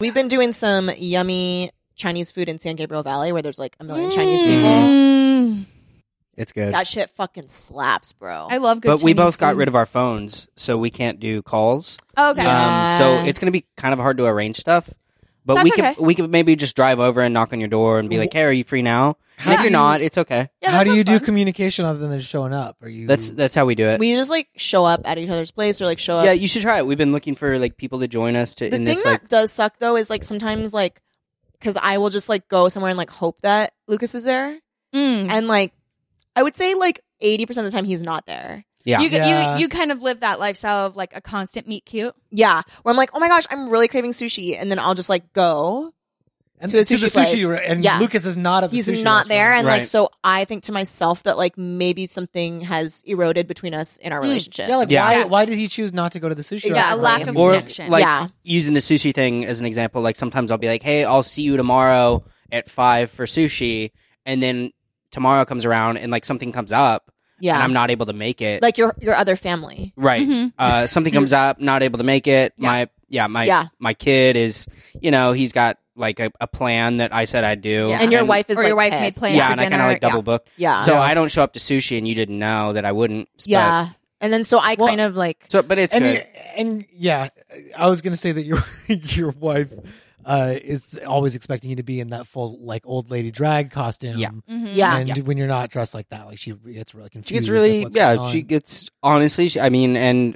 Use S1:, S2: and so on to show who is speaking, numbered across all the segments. S1: We've been doing some yummy Chinese food in San Gabriel Valley where there's like a million Chinese
S2: Mm. Mm-hmm.
S1: people.
S3: Mm.
S2: It's good.
S1: That shit fucking slaps, bro.
S3: I love good.
S2: But we both got rid of our phones, so we can't do calls.
S3: Oh, Okay.
S2: Um,
S1: Yeah.
S2: so it's going to be kind of hard to arrange stuff. But
S3: That's
S2: we could
S3: okay.
S2: we could maybe just drive over and knock on your door and be like, "Hey, are you free now?"
S4: How
S2: And if you're
S4: do you-
S2: not, it's okay.
S3: Yeah,
S4: how
S3: that
S4: do you
S3: sounds
S4: do
S3: fun.
S4: communication other than just showing up? Are you?
S2: That's that's how we do it.
S1: we just like show up at each other's place or like show up.
S2: yeah, you should try it. We've been looking for like people to join us to
S1: the thing
S2: in this
S1: that
S2: like
S1: does suck though is like sometimes like because I will just like go somewhere and like hope that Lucas is there.
S3: Mm.
S1: And like I would say like 80% of the time he's not there.
S2: yeah.
S3: You,
S4: Yeah.
S3: you you kind of live that lifestyle of like a constant meet cute.
S1: Yeah. Where I'm like, oh my gosh, I'm really craving sushi. And then I'll just like go.
S4: and
S1: to a
S4: the
S1: sushi place.
S4: sushi, re- and
S1: Yeah.
S4: Lucas is not at the
S1: he's
S4: sushi
S1: not there
S4: restaurant.
S1: and like
S2: Right.
S1: so i think to myself that like maybe something has eroded between us in our
S3: Mm.
S1: relationship
S4: yeah, like
S2: Yeah.
S4: why? Why did he choose not to go to the sushi?
S1: Yeah,
S3: Yeah, a
S4: restaurant?
S3: lack of
S2: Or,
S3: connection.
S2: like-
S1: yeah
S2: using the sushi thing as an example, like sometimes I'll be like, "Hey, I'll see you tomorrow at 5 for sushi." And then tomorrow comes around and like something comes up
S1: yeah
S2: and I'm not able to make it.
S1: like your your other family
S2: right.
S3: Mhm.
S2: Uh something comes up, not able to make it.
S3: Yeah.
S2: My yeah, my
S1: Yeah.
S2: my kid is, you know, he's got like a, a plan that I said I'd do.
S3: Yeah.
S1: and your wife is
S3: Or
S1: like,
S3: your wife made
S1: pissed.
S3: plans.
S2: Yeah,
S3: for
S2: and I kind
S3: dinner,
S2: of like
S3: yeah.
S2: double booked.
S1: yeah
S2: So
S4: Yeah.
S2: I don't show up to sushi and you didn't know that I wouldn't. but-
S1: yeah and then so i
S4: Well-
S1: kind of like
S2: So but it's
S4: and
S2: good.
S4: and yeah, I was gonna say that your your wife uh, is always expecting you to be in that full like old lady drag costume.
S2: Yeah.
S3: Mhm.
S1: Yeah.
S4: and when you're not dressed like that, like she gets really confused.
S2: She gets
S4: like,
S2: really,
S4: what's going
S2: yeah.
S4: on.
S2: She gets honestly. She, I mean, and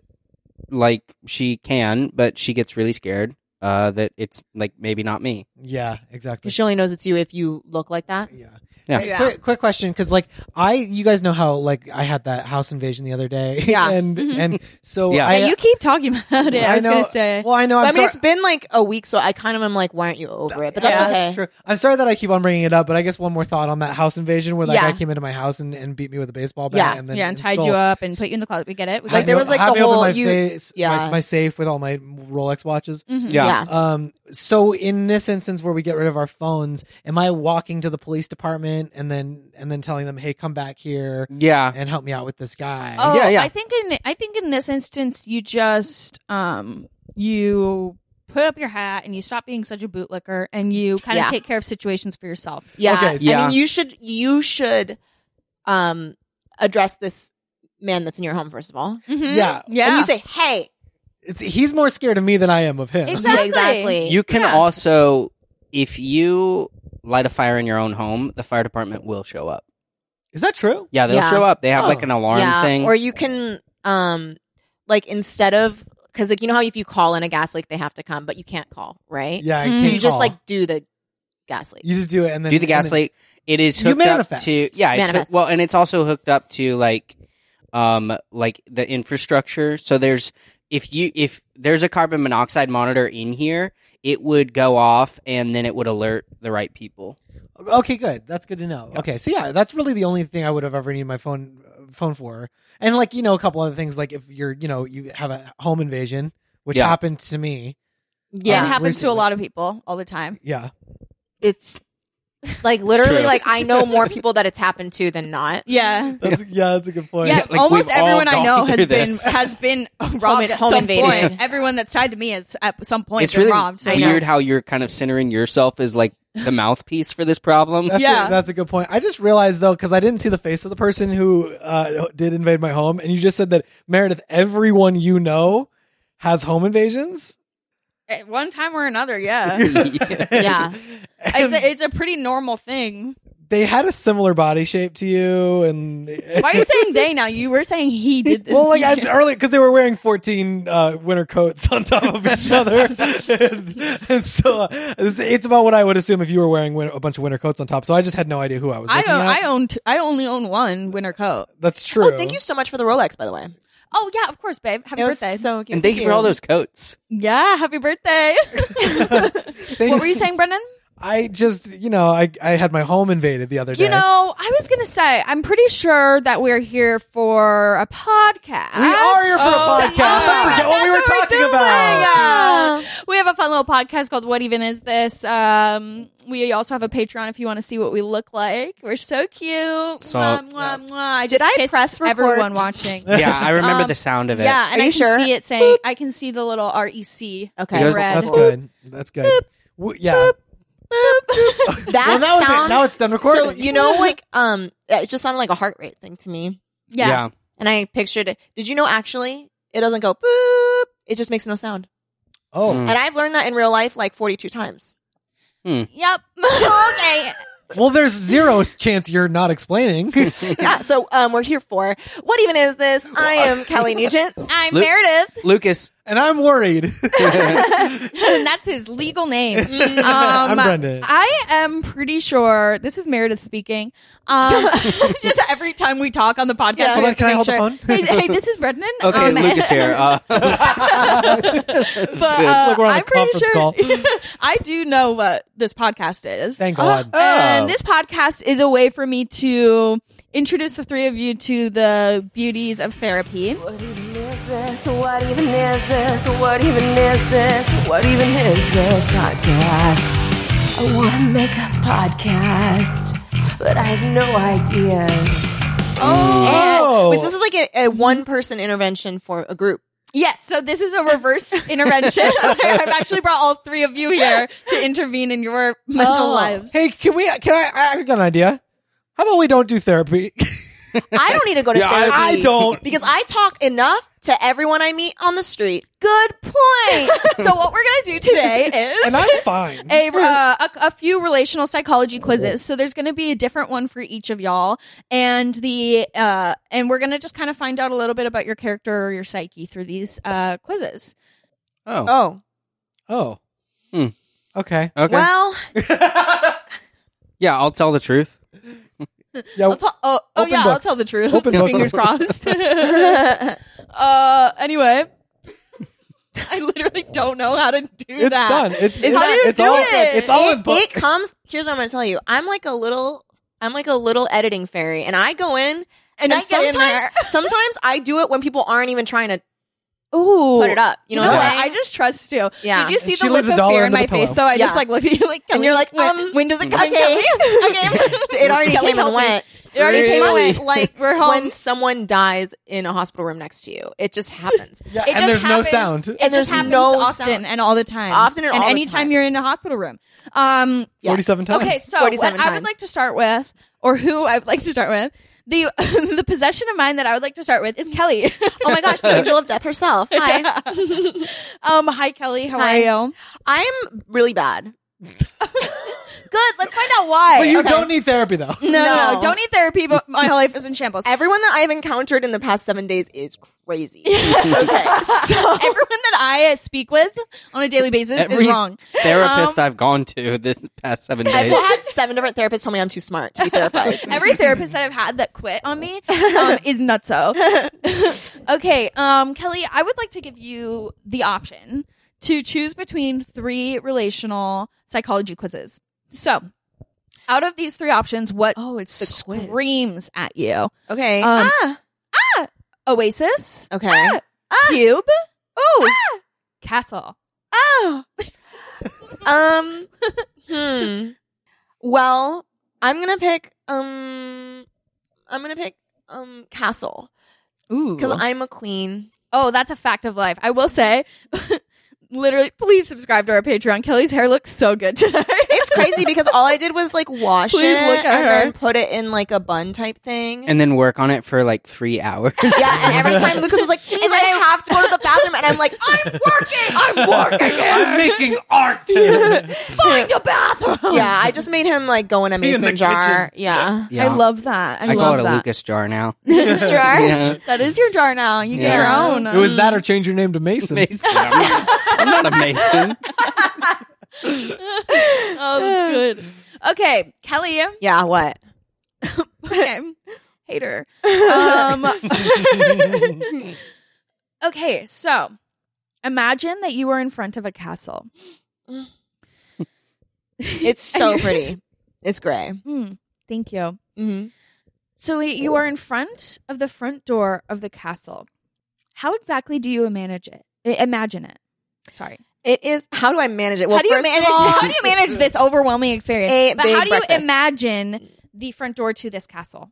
S2: like she can, but she gets really scared uh, that it's like maybe not me.
S4: yeah, exactly.
S1: 'cause she only knows it's you if you look like that
S4: Yeah.
S2: Yeah.
S4: Hey,
S3: Yeah.
S4: Quick, quick question, because like I, you guys know how like I had that house invasion the other day.
S1: Yeah.
S4: and
S3: Mhm.
S4: and so
S2: Yeah.
S4: I,
S3: Yeah, you keep talking about it. I,
S4: I
S3: was
S4: know-
S3: gonna say.
S4: well, I know.
S1: But
S4: I'm
S1: i mean
S4: sorry.
S1: it's been like a week so i kind of am like why aren't you over it but that's
S4: Yeah,
S1: okay
S4: true. I'm sorry that I keep on bringing it up, but I guess one more thought on that house invasion where that
S1: Yeah.
S4: guy came into my house and, and beat me with a baseball bat
S1: Yeah.
S4: and then
S3: yeah, and tied
S4: stole-
S3: you up and put you in the closet. We get it. We
S4: had
S1: Like,
S3: get
S1: there
S4: me-
S3: it.
S1: was, like,
S4: had
S1: the
S4: me open
S1: whole-
S4: my
S1: you-
S4: face, my-
S1: yeah.
S4: my, safe with all my Rolex watches.
S3: Mhm.
S2: Yeah.
S1: yeah
S4: Um, so in this instance where we get rid of our phones, am I walking to the police department and then and then telling them, hey, come back here
S2: Yeah,
S4: and help me out with this guy?
S3: Oh,
S2: Yeah, yeah.
S3: I think in I think in this instance, you just um you put up your hat and you stop being such a bootlicker and you kind
S1: Yeah.
S3: of take care of situations for yourself.
S1: yeah
S4: Okay,
S1: i
S2: yeah.
S1: mean you should you should um address this man that's in your home first of all
S3: Mhm.
S4: Yeah.
S3: yeah.
S1: and you say hey
S4: It's, he's more scared of me than I am of him.
S3: Exactly.
S1: Yeah, exactly
S2: you can
S3: Yeah.
S2: also if you light a fire in your own home, the fire department will show up.
S4: Is that true?
S2: Yeah, they'll
S1: Yeah.
S2: show up. They have
S4: Oh.
S2: like an alarm thing.
S1: Or you can um like instead of because like you know how if you call in a gas leak they have to come, but you can't call, right?
S4: Yeah, I
S3: Mm.
S1: So
S4: can't
S1: you just
S4: call.
S1: like do the gas leak.
S4: you just do it and then
S2: do the gas
S4: and then-
S2: leak. It is
S4: You
S2: hooked up
S4: manifest.
S2: to yeah. It's
S1: Manifest.
S2: hoo- well, and it's also hooked up to like um like the infrastructure. So there's if you if there's a carbon monoxide monitor in here, it would go off and then it would alert the right people.
S4: Okay, good. That's good to know.
S2: Yeah.
S4: Okay, so yeah, that's really the only thing I would have ever needed my phone phone for, and like you know, a couple other things like if you're you know you have a home invasion, which
S2: Yeah.
S4: happened to me.
S3: Yeah,
S1: yeah.
S3: it happens to a
S4: recently.
S3: lot of people all the time.
S4: Yeah,
S1: it's like literally
S2: true.
S1: like I know more people that it's happened to than not.
S3: Yeah.
S4: that's, yeah, that's a good point.
S3: Yeah,
S2: Yeah, like,
S3: almost
S2: we've all
S3: everyone I
S2: gone
S3: know has
S2: through
S3: been
S2: this.
S3: has been robbed
S1: in-
S3: at
S1: home
S3: some
S1: invaded.
S3: point. Everyone that's tied to me is at some point
S2: It's
S3: been
S2: really
S3: robbed. So
S2: weird how you're kind of centering yourself as like the mouthpiece for this problem.
S4: That's
S3: Yeah.
S4: a, that's a good point. I just realized though because I didn't see the face of the person who uh, did invade my home, and you just said that Meredith, everyone you know has home invasions.
S3: at one time or another, yeah,
S1: Yeah.
S3: it's
S4: And
S3: a, it's a pretty normal thing.
S4: they had a similar body shape to you, and
S3: Why are you saying they now? You were saying he did this.
S4: Well, like I, early because they were wearing fourteen uh, winter coats on top of each other, and, and so uh, it's, it's about what I would assume if you were wearing win- a bunch of winter coats on top. So I just had no idea who I was.
S3: I
S4: looking
S3: don't.
S4: at.
S3: I own. T- I only own one winter coat.
S4: That's true.
S1: Oh, thank you so much for the Rolex, by the way.
S3: Oh yeah, of course, babe. Happy
S1: It was
S3: birthday.
S1: so cute.
S2: and thank you for all those coats.
S3: yeah, happy birthday.
S4: Thank-
S3: what were you saying, Brendan?
S4: I just, you know, I, I had my home invaded the other day.
S3: You know, I was gonna say, I'm pretty sure that we're here for a podcast.
S4: we are here for
S3: Oh,
S4: a podcast. I
S3: yeah.
S4: forget what we were
S3: That's
S4: talking
S3: doing.
S4: about.
S3: Uh,
S1: Uh-huh.
S3: we have a fun little podcast called "What Even Is This." Um, we also have a Patreon if you want to see what we look like. We're so cute.
S2: So-
S3: Mwah, mwah, mwah. I
S1: Did
S3: just
S1: I
S3: kissed
S1: press record?
S3: everyone watching.
S2: yeah, I remember
S3: Um,
S2: the sound of it.
S3: Yeah, and
S1: Are
S3: I
S1: you
S3: can
S1: sure?
S3: see it saying. I can see the little REC.
S1: Okay.
S2: It goes-
S3: red.
S4: That's good. That's good. W yeah.
S1: That
S4: well, now, it's-
S1: sound.
S4: now it's done recording.
S1: so you know, like um, it just sounded like a heart rate thing to me,
S3: yeah.
S1: and I pictured it. Did you know actually it doesn't go boop? It just makes no sound.
S4: oh,
S2: Mm.
S1: And I've learned that in real life like forty-two times.
S3: Yep. okay.
S4: well, there's zero chance you're not explaining.
S1: yeah. So um, we're here for what even is this? I am Kelly Nugent.
S3: I'm
S2: Lu-
S3: Meredith,
S2: Lucas.
S4: and I'm worried.
S3: and that's his legal name.
S1: Mm.
S3: Um,
S4: I'm Brendan.
S3: I am pretty sure this is Meredith speaking. Um, just every time we talk on the podcast,
S1: Yeah.
S3: we
S4: Hold
S3: have to
S4: on, can I
S3: make
S4: hold the
S3: sure-
S4: phone?
S3: Hey, hey, this is Brendan.
S2: Okay,
S3: Um,
S2: Lucas here. Uh,
S3: But uh,
S4: Look, we're on a
S3: I'm pretty sure
S4: conference
S3: I do know what this podcast is.
S4: Thank God.
S2: Oh.
S3: And this podcast is a way for me to introduce the three of you to the beauties of therapy.
S5: What even is this? What even is this? What even is this? What even is this podcast? I want to make a podcast, but I have no ideas.
S4: Oh.
S1: And- wait, so this is like a, a one-person intervention for a group.
S3: Yes, so this is a reverse intervention. I've actually brought all three of you here to intervene in your mental
S1: Oh.
S3: lives.
S4: Hey, can we? Can I? I got an idea. How about we don't do therapy?
S1: I don't need to go to
S2: Yeah, I-
S1: therapy.
S4: I don't.
S1: because I talk enough to everyone I meet on the street.
S3: Good point. so what we're going to do today is
S4: and I'm fine.
S3: a, uh, a, a few relational psychology quizzes. So there's going to be a different one for each of y'all, and the uh, and we're going to just kind of find out a little bit about your character or your psyche through these uh, quizzes.
S2: oh,
S1: Oh,
S4: Oh.
S2: Hmm.
S4: Okay.
S2: okay.
S1: well,
S2: yeah, I'll tell the truth.
S4: Yeah.
S3: I'll tell, oh, oh
S4: Open
S3: yeah, I'll
S4: books.
S3: tell the truth.
S4: Open books.
S3: Fingers crossed. uh, anyway, I literally don't know how to do
S4: it's
S3: that.
S4: done. It's it's,
S3: How do you
S4: it's
S3: do
S4: all
S3: it?
S4: it's all
S1: it,
S4: in book.
S1: it comes. Here's what I'm going to tell you. I'm like a little. I'm like a little editing fairy, and I go in.
S3: And, I get in
S1: sometimes,
S3: there.
S1: sometimes I do it when people aren't even trying to
S3: Ooh,
S1: put it up. You know, what I'm saying?
S3: I just trust you.
S1: Yeah.
S3: Did you see
S4: She
S3: the
S4: leaves
S3: look
S4: a
S3: of
S4: dollar
S3: fear in
S4: under
S3: my
S4: the
S3: face
S4: pillow.
S3: though? I
S1: Yeah.
S3: just like looked at you like,
S1: And you're like,
S3: when,
S1: um,
S3: when does it come?
S1: okay.
S3: Kelly? Okay.
S1: it already
S3: Kelly,
S1: came and
S3: help me.
S1: went.
S3: It already came and
S1: Really?
S3: went. Like we're home.
S1: When someone dies in a hospital room next to you, it just happens.
S4: yeah,
S3: It just
S4: and there's
S3: happens-
S4: no sound.
S3: It just
S1: there's
S3: happens
S1: no
S3: often
S1: sound.
S3: and all the time.
S1: Often and all the
S3: anytime
S1: time.
S3: you're in a hospital room. Um,
S1: Yeah.
S4: Forty-seven times.
S3: Okay,
S1: 47
S3: so what I would
S1: times.
S3: like to start with, or who I would like to start with, the the possession of mine that I would like to start with is Kelly.
S1: Oh my gosh, the angel of death herself. Hi.
S3: um, hi Kelly, how
S1: Hi.
S3: are you?
S1: I'm really bad.
S3: Good. Let's find out why.
S4: But you
S3: Okay.
S4: don't need therapy though.
S3: No, no,
S1: No.
S3: don't need therapy. But my whole life is in shambles.
S1: Everyone that I've encountered in the past seven days is crazy. okay. So
S3: Everyone that I speak with on a daily basis
S2: Every
S3: is wrong.
S2: Therapist
S3: Um,
S2: I've gone to this past seven
S1: I've
S2: days.
S1: had seven different therapists tell me I'm too smart to be therapized.
S3: Every therapist that I've had that quit on me um, is nutso. okay, um, Kelly, I would like to give you the option to choose between three relational psychology quizzes. So, out of these three options, what
S1: Oh, it's the quiz.
S3: screams at you?
S1: Okay.
S3: Um,
S1: ah.
S3: Oasis,
S1: Okay.
S3: ah, Cube,
S1: Oh.
S3: Castle.
S1: Oh. um. Hmm. Well, I'm gonna pick. Um. I'm gonna pick. Um. Castle.
S3: Ooh,
S1: Because I'm a queen.
S3: Oh, that's a fact of life. I will say, literally, please subscribe to our Patreon. Kelly's hair looks so good today.
S1: It's crazy because all I did was like wash
S3: Please
S1: it
S3: look at
S1: and
S3: her.
S1: then put it in like a bun type thing.
S2: and then work on it for like three hours.
S1: yeah, and every time Lucas was like, "Please, I have to go to the bathroom," and I'm like, "I'm working, I'm working."
S4: I'm making art. That's
S3: Find a bathroom.
S1: Yeah, I just made him like go in a
S4: Be in
S1: mason
S4: the
S1: jar. Yeah,
S2: Yeah.
S3: I love that. I,
S2: I call
S3: love
S2: it a
S3: that.
S2: Lucas jar now.
S3: Lucas jar.
S2: Yeah.
S3: That is your jar now. You get
S2: Yeah.
S3: your own.
S4: It was that or change your name to Mason.
S2: Mason. I'm not, I'm not a Mason.
S3: Oh, that's good. Okay, Kelly.
S1: yeah. What?
S3: Okay, hater. Um, okay, so imagine that you were in front of a castle.
S1: It's so pretty. It's gray.
S3: Hmm. Thank you.
S1: Mm-hmm.
S3: So you are in front of the front door of the castle. How exactly do you manage it? I- Imagine it. Sorry.
S1: It is. How do I manage it? Well,
S3: how do you
S1: first of
S3: manage?
S1: all-
S3: how do you manage this overwhelming experience?
S1: A
S3: but
S1: big
S3: how do you
S1: breakfast.
S3: imagine the front door to this castle?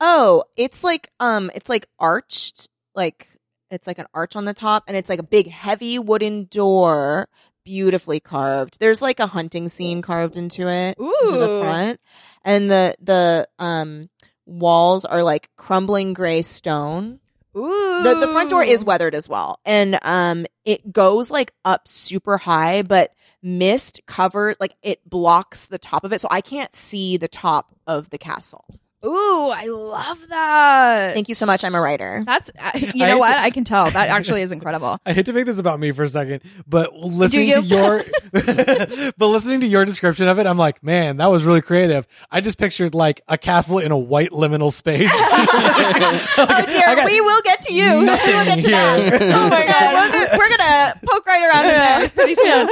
S1: Oh, it's like um, it's like arched, like it's like an arch on the top, and it's like a big heavy wooden door, beautifully carved. There's like a hunting scene carved into it, into
S3: Ooh.
S1: the front, and the the um walls are like crumbling gray stone.
S3: Ooh.
S1: The, the front door is weathered as well, and um, it goes like up super high, but mist covered like it blocks the top of it, so I can't see the top of the castle.
S3: Ooh, I love that.
S1: Thank you so much. I'm a writer.
S3: That's uh, you know
S4: I hate
S3: what
S4: to-
S3: I can tell. That actually is incredible.
S4: I hate to make this about me for a second, but listening
S3: you?
S4: to your but listening to your description of it, I'm like, man, that was really creative. I just pictured like a castle in a white liminal space.
S3: oh dear,
S4: I got
S3: we will get to you.
S4: nothing
S3: we'll get to that.
S4: here.
S3: Oh my god, we're, gonna- we're gonna poke right around in there pretty soon.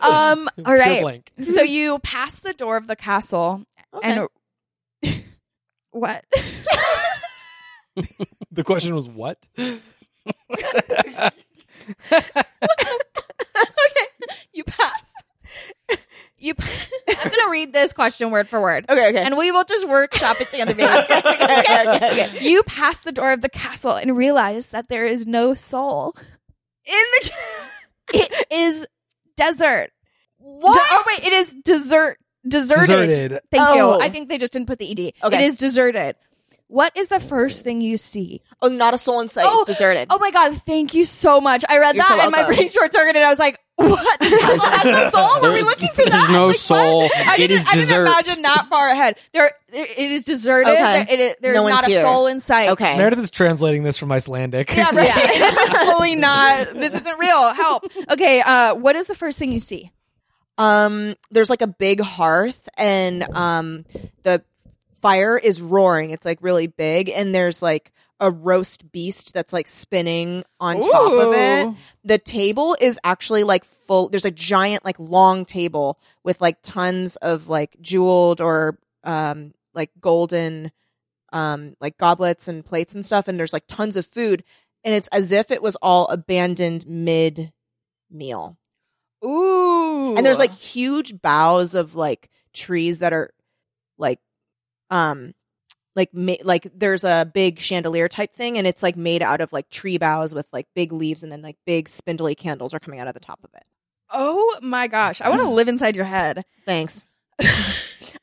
S3: Um, all
S4: Pure
S3: right.
S4: blank.
S3: So you pass the door of the castle and what?
S4: The question was what?
S3: you pass. You. pa- I'm gonna read this question word for word,
S1: Okay, okay.
S3: and we will just workshop it together, baby. You pass the door of the castle and realize that there is no soul in the. it is desert. What? oh wait, it is desert. Deserted.
S4: Deserted.
S3: Thank
S1: Oh.
S3: you. I think they just didn't put the ed.
S1: Okay.
S3: It is deserted. What is the first thing you see?
S1: Oh, not a soul in sight.
S3: Oh,
S1: it's deserted.
S3: Oh my god! Thank you so much. I read
S1: You're
S3: that
S1: so
S3: and my
S1: welcome.
S3: brain short circuited. I was like, "What? The castle has no soul? Were we
S2: There-
S3: looking for that?
S2: there's no
S3: Like, what?
S2: soul.
S3: I
S2: It
S3: didn't,
S2: is
S3: I didn't
S2: desert.
S3: imagine that far ahead. There, it, it is deserted.
S1: Okay.
S3: There- it is- there's
S1: No one's
S3: not a
S1: here.
S3: soul in sight.
S1: Okay.
S4: Meredith is translating this from Icelandic.
S3: Yeah, right. this is fully not. This isn't real. Help. Okay. Uh, what is the first thing you see?
S1: Um, there's like a big hearth, and um, the fire is roaring. It's like really big, and there's like a roast beast that's like spinning on top of it.
S3: Ooh.
S1: The table is actually like full. There's a giant, like long table with like tons of like jeweled or um like golden um like goblets and plates and stuff, and there's like tons of food, and it's as if it was all abandoned mid meal
S3: Ooh.
S1: and there's like huge boughs of like trees that are like um like ma- like there's a big chandelier type thing and it's like made out of like tree boughs with like big leaves and then like big spindly candles are coming out of the top of it
S3: Oh my gosh! I want to live inside your head.
S1: thanks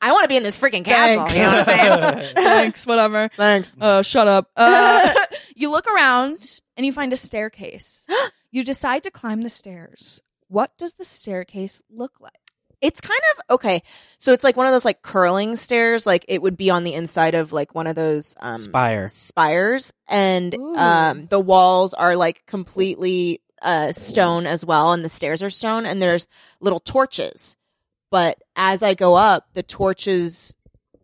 S1: i want to be in this freaking castle
S3: Thanks.
S1: you know what I'm saying?
S3: Thanks. Whatever.
S1: thanks
S3: Oh, shut up. Uh, you look around and you find a staircase. you decide to climb the stairs. What does the staircase look like?
S1: it's kind of okay so it's like one of those like curling stairs like it would be on the inside of like one of those um
S2: Spire.
S1: spires and
S3: Ooh.
S1: um the walls are like completely uh stone as well and the stairs are stone and there's little torches but as i go up the torches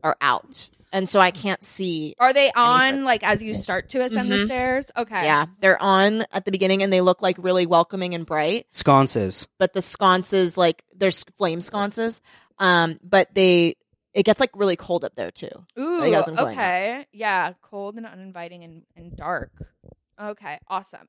S1: are out and so i can't see
S3: Are they on
S1: further.
S3: like as you start to ascend the
S1: Mhm.
S3: stairs? Okay.
S1: yeah they're on at the beginning and they look like really welcoming and bright
S2: Sconces.
S1: but the sconces like there's flame sconces um but they it gets like really cold up there too
S3: Ooh.
S1: I guess I'm going
S3: okay. Yeah. Cold and uninviting and, and dark. Okay. Awesome.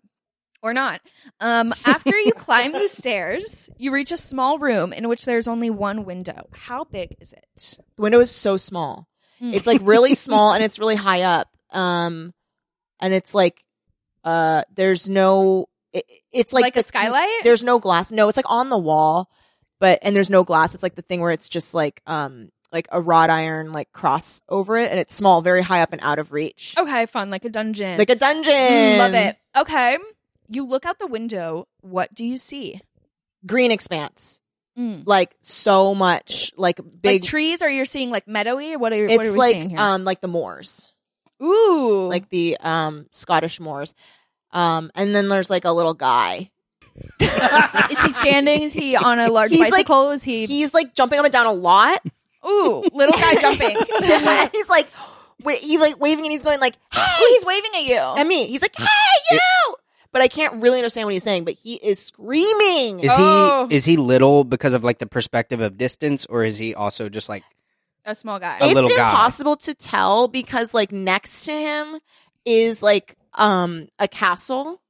S3: Or not. Um, after you climb the stairs, you reach a small room in which there's only one window. How big is it?
S1: The window is so small.
S3: Mm.
S1: It's like really small and it's really high up. Um, and it's like, uh, there's no, it, it's like,
S3: Like, a
S1: the-
S3: skylight?
S1: There's no glass. No, it's like on the wall, but, and there's no glass. It's like the thing where it's just like, um, like a wrought iron, like cross over it. And it's small, very high up and out of reach.
S3: Okay, fun, like a dungeon.
S1: Like a dungeon.
S3: Mm, Oh, Love it. Okay. You look out the window. What do you see?
S1: Green expanse.
S3: Mm.
S1: Like so much, like big.
S3: like trees, or you're seeing like meadowy? What are, what
S1: it's
S3: are we seeing
S1: like,
S3: here?
S1: um, like the moors.
S3: Ooh,
S1: like the um Scottish Moors. Um, and then there's like a little guy.
S3: is he standing? Is he on a large
S1: He's like-
S3: bicycle? is he?
S1: He's like jumping up and down a lot.
S3: Ooh, little guy jumping.
S1: And he's like, wa- he's like waving and he's going like,
S3: Ooh,
S1: "Hey!"
S3: he's waving at you.
S1: at me. He's like, "Hey, you!" but I can't really understand what he's saying. But he is screaming.
S2: Is
S3: Oh.
S2: he is he little because of like the perspective of distance, or is he also just like
S3: a small guy.
S2: a
S1: it's
S2: little guy.
S1: impossible to tell because like next to him is like um a castle.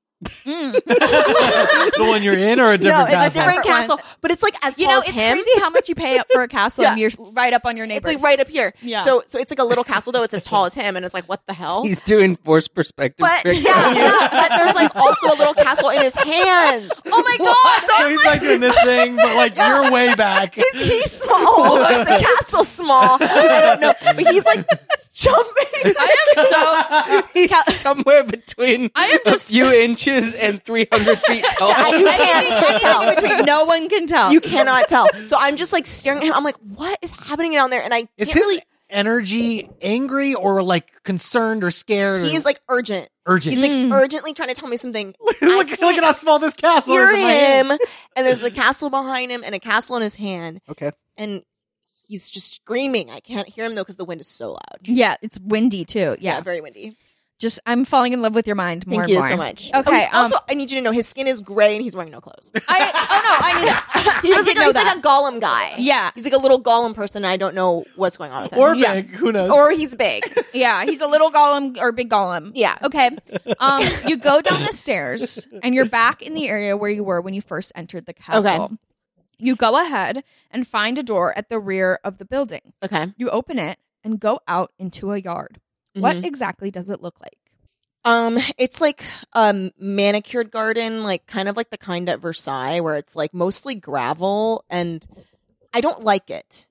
S3: Mm.
S4: the one you're in or
S1: No,
S4: a different
S1: it's a
S4: castle?
S1: different
S3: Different
S1: castle, but it's like as
S3: You
S1: tall
S3: know,
S1: as
S3: it's
S1: him.
S3: crazy how much you pay up for a castle and
S1: Yeah.
S3: you're right up on your
S1: It's
S3: neighbors.
S1: like right up here.
S3: Yeah.
S1: So so it's like a little castle though. It's as tall as him, and it's like what the
S3: Oh.
S1: hell?
S2: He's doing forced perspective
S1: but
S2: tricks.
S1: yeah,
S2: on you.
S1: yeah, but there's like also a little castle in his hands.
S3: Oh my god!
S4: So he's like doing this thing, but like you're way back.
S1: Is he small? Or is the castle small? I don't know. But he's like jumping.
S3: I am so.
S2: He's somewhere between
S3: I am
S2: a
S3: just-
S2: few inches and three hundred feet
S1: I-
S2: tall.
S3: Anything, anything in between, no one can tell.
S1: You cannot tell. So I'm just like staring at him. I'm like, what is happening down there? And I
S4: Is
S1: can't
S4: his
S1: really.
S4: energy angry or like concerned or scared?
S1: He
S4: or
S1: is like urgent.
S4: urgent.
S1: He's like
S3: Mm.
S1: urgently trying to tell me something. I
S4: look, look at
S1: can't
S4: how small this castle
S1: hear
S4: is. in my hand.
S1: him. And there's the castle behind him and a castle in his hand.
S2: Okay.
S1: And he's just screaming. I can't hear him though because the wind is so loud.
S3: yeah, it's windy too. Yeah,
S1: very windy.
S3: just I'm falling in love with your mind more
S1: Thank
S3: and
S1: you
S3: more.
S1: so much.
S3: Okay,
S1: Oh, he's
S3: um,
S1: also, I need you to know his skin is gray and he's wearing no clothes.
S3: I, oh no, I knew that.
S1: He was
S3: I did
S1: like,
S3: know
S1: he's
S3: that.
S1: like a golem guy.
S3: Yeah.
S1: He's like a little golem person. And I don't know what's going on with him.
S4: Or
S3: Yeah.
S4: big, who knows?
S1: Or he's big.
S3: yeah, he's a little golem or big golem.
S1: Yeah.
S3: Okay. Um, you go down the stairs and you're back in the area where you were when you first entered the castle.
S1: Okay.
S3: You go ahead and find a door at the rear of the building.
S1: Okay.
S3: You open it and go out into a yard.
S1: Mm-hmm.
S3: What exactly does it look like?
S1: Um, it's like um manicured garden, like kind of like the kind at Versailles where it's like mostly gravel and I don't like it.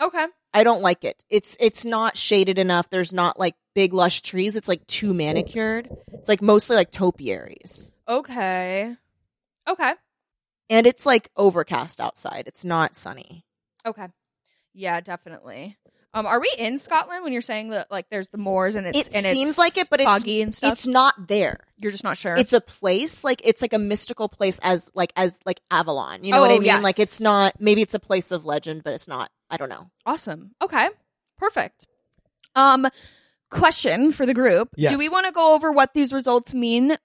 S3: Okay.
S1: I don't like it. It's it's not shaded enough. There's not like big lush trees. It's like too manicured. It's like mostly like topiaries.
S3: Okay. Okay.
S1: And it's like overcast outside. It's not sunny.
S3: Okay. Yeah, definitely. Um, are we in Scotland when you're saying that like there's the moors and it's
S1: It
S3: and
S1: seems
S3: it's
S1: like it, but it's-
S3: foggy and stuff?
S1: It's not there.
S3: you're just not sure.
S1: It's a place, like it's like a mystical place as like as like Avalon. You know
S3: Oh,
S1: what I mean?
S3: yes.
S1: Like it's not maybe it's a place of legend, but it's not. I don't know.
S3: Awesome. Okay. Perfect. Um question for the group.
S4: Yes.
S3: Do we want to go over what these results mean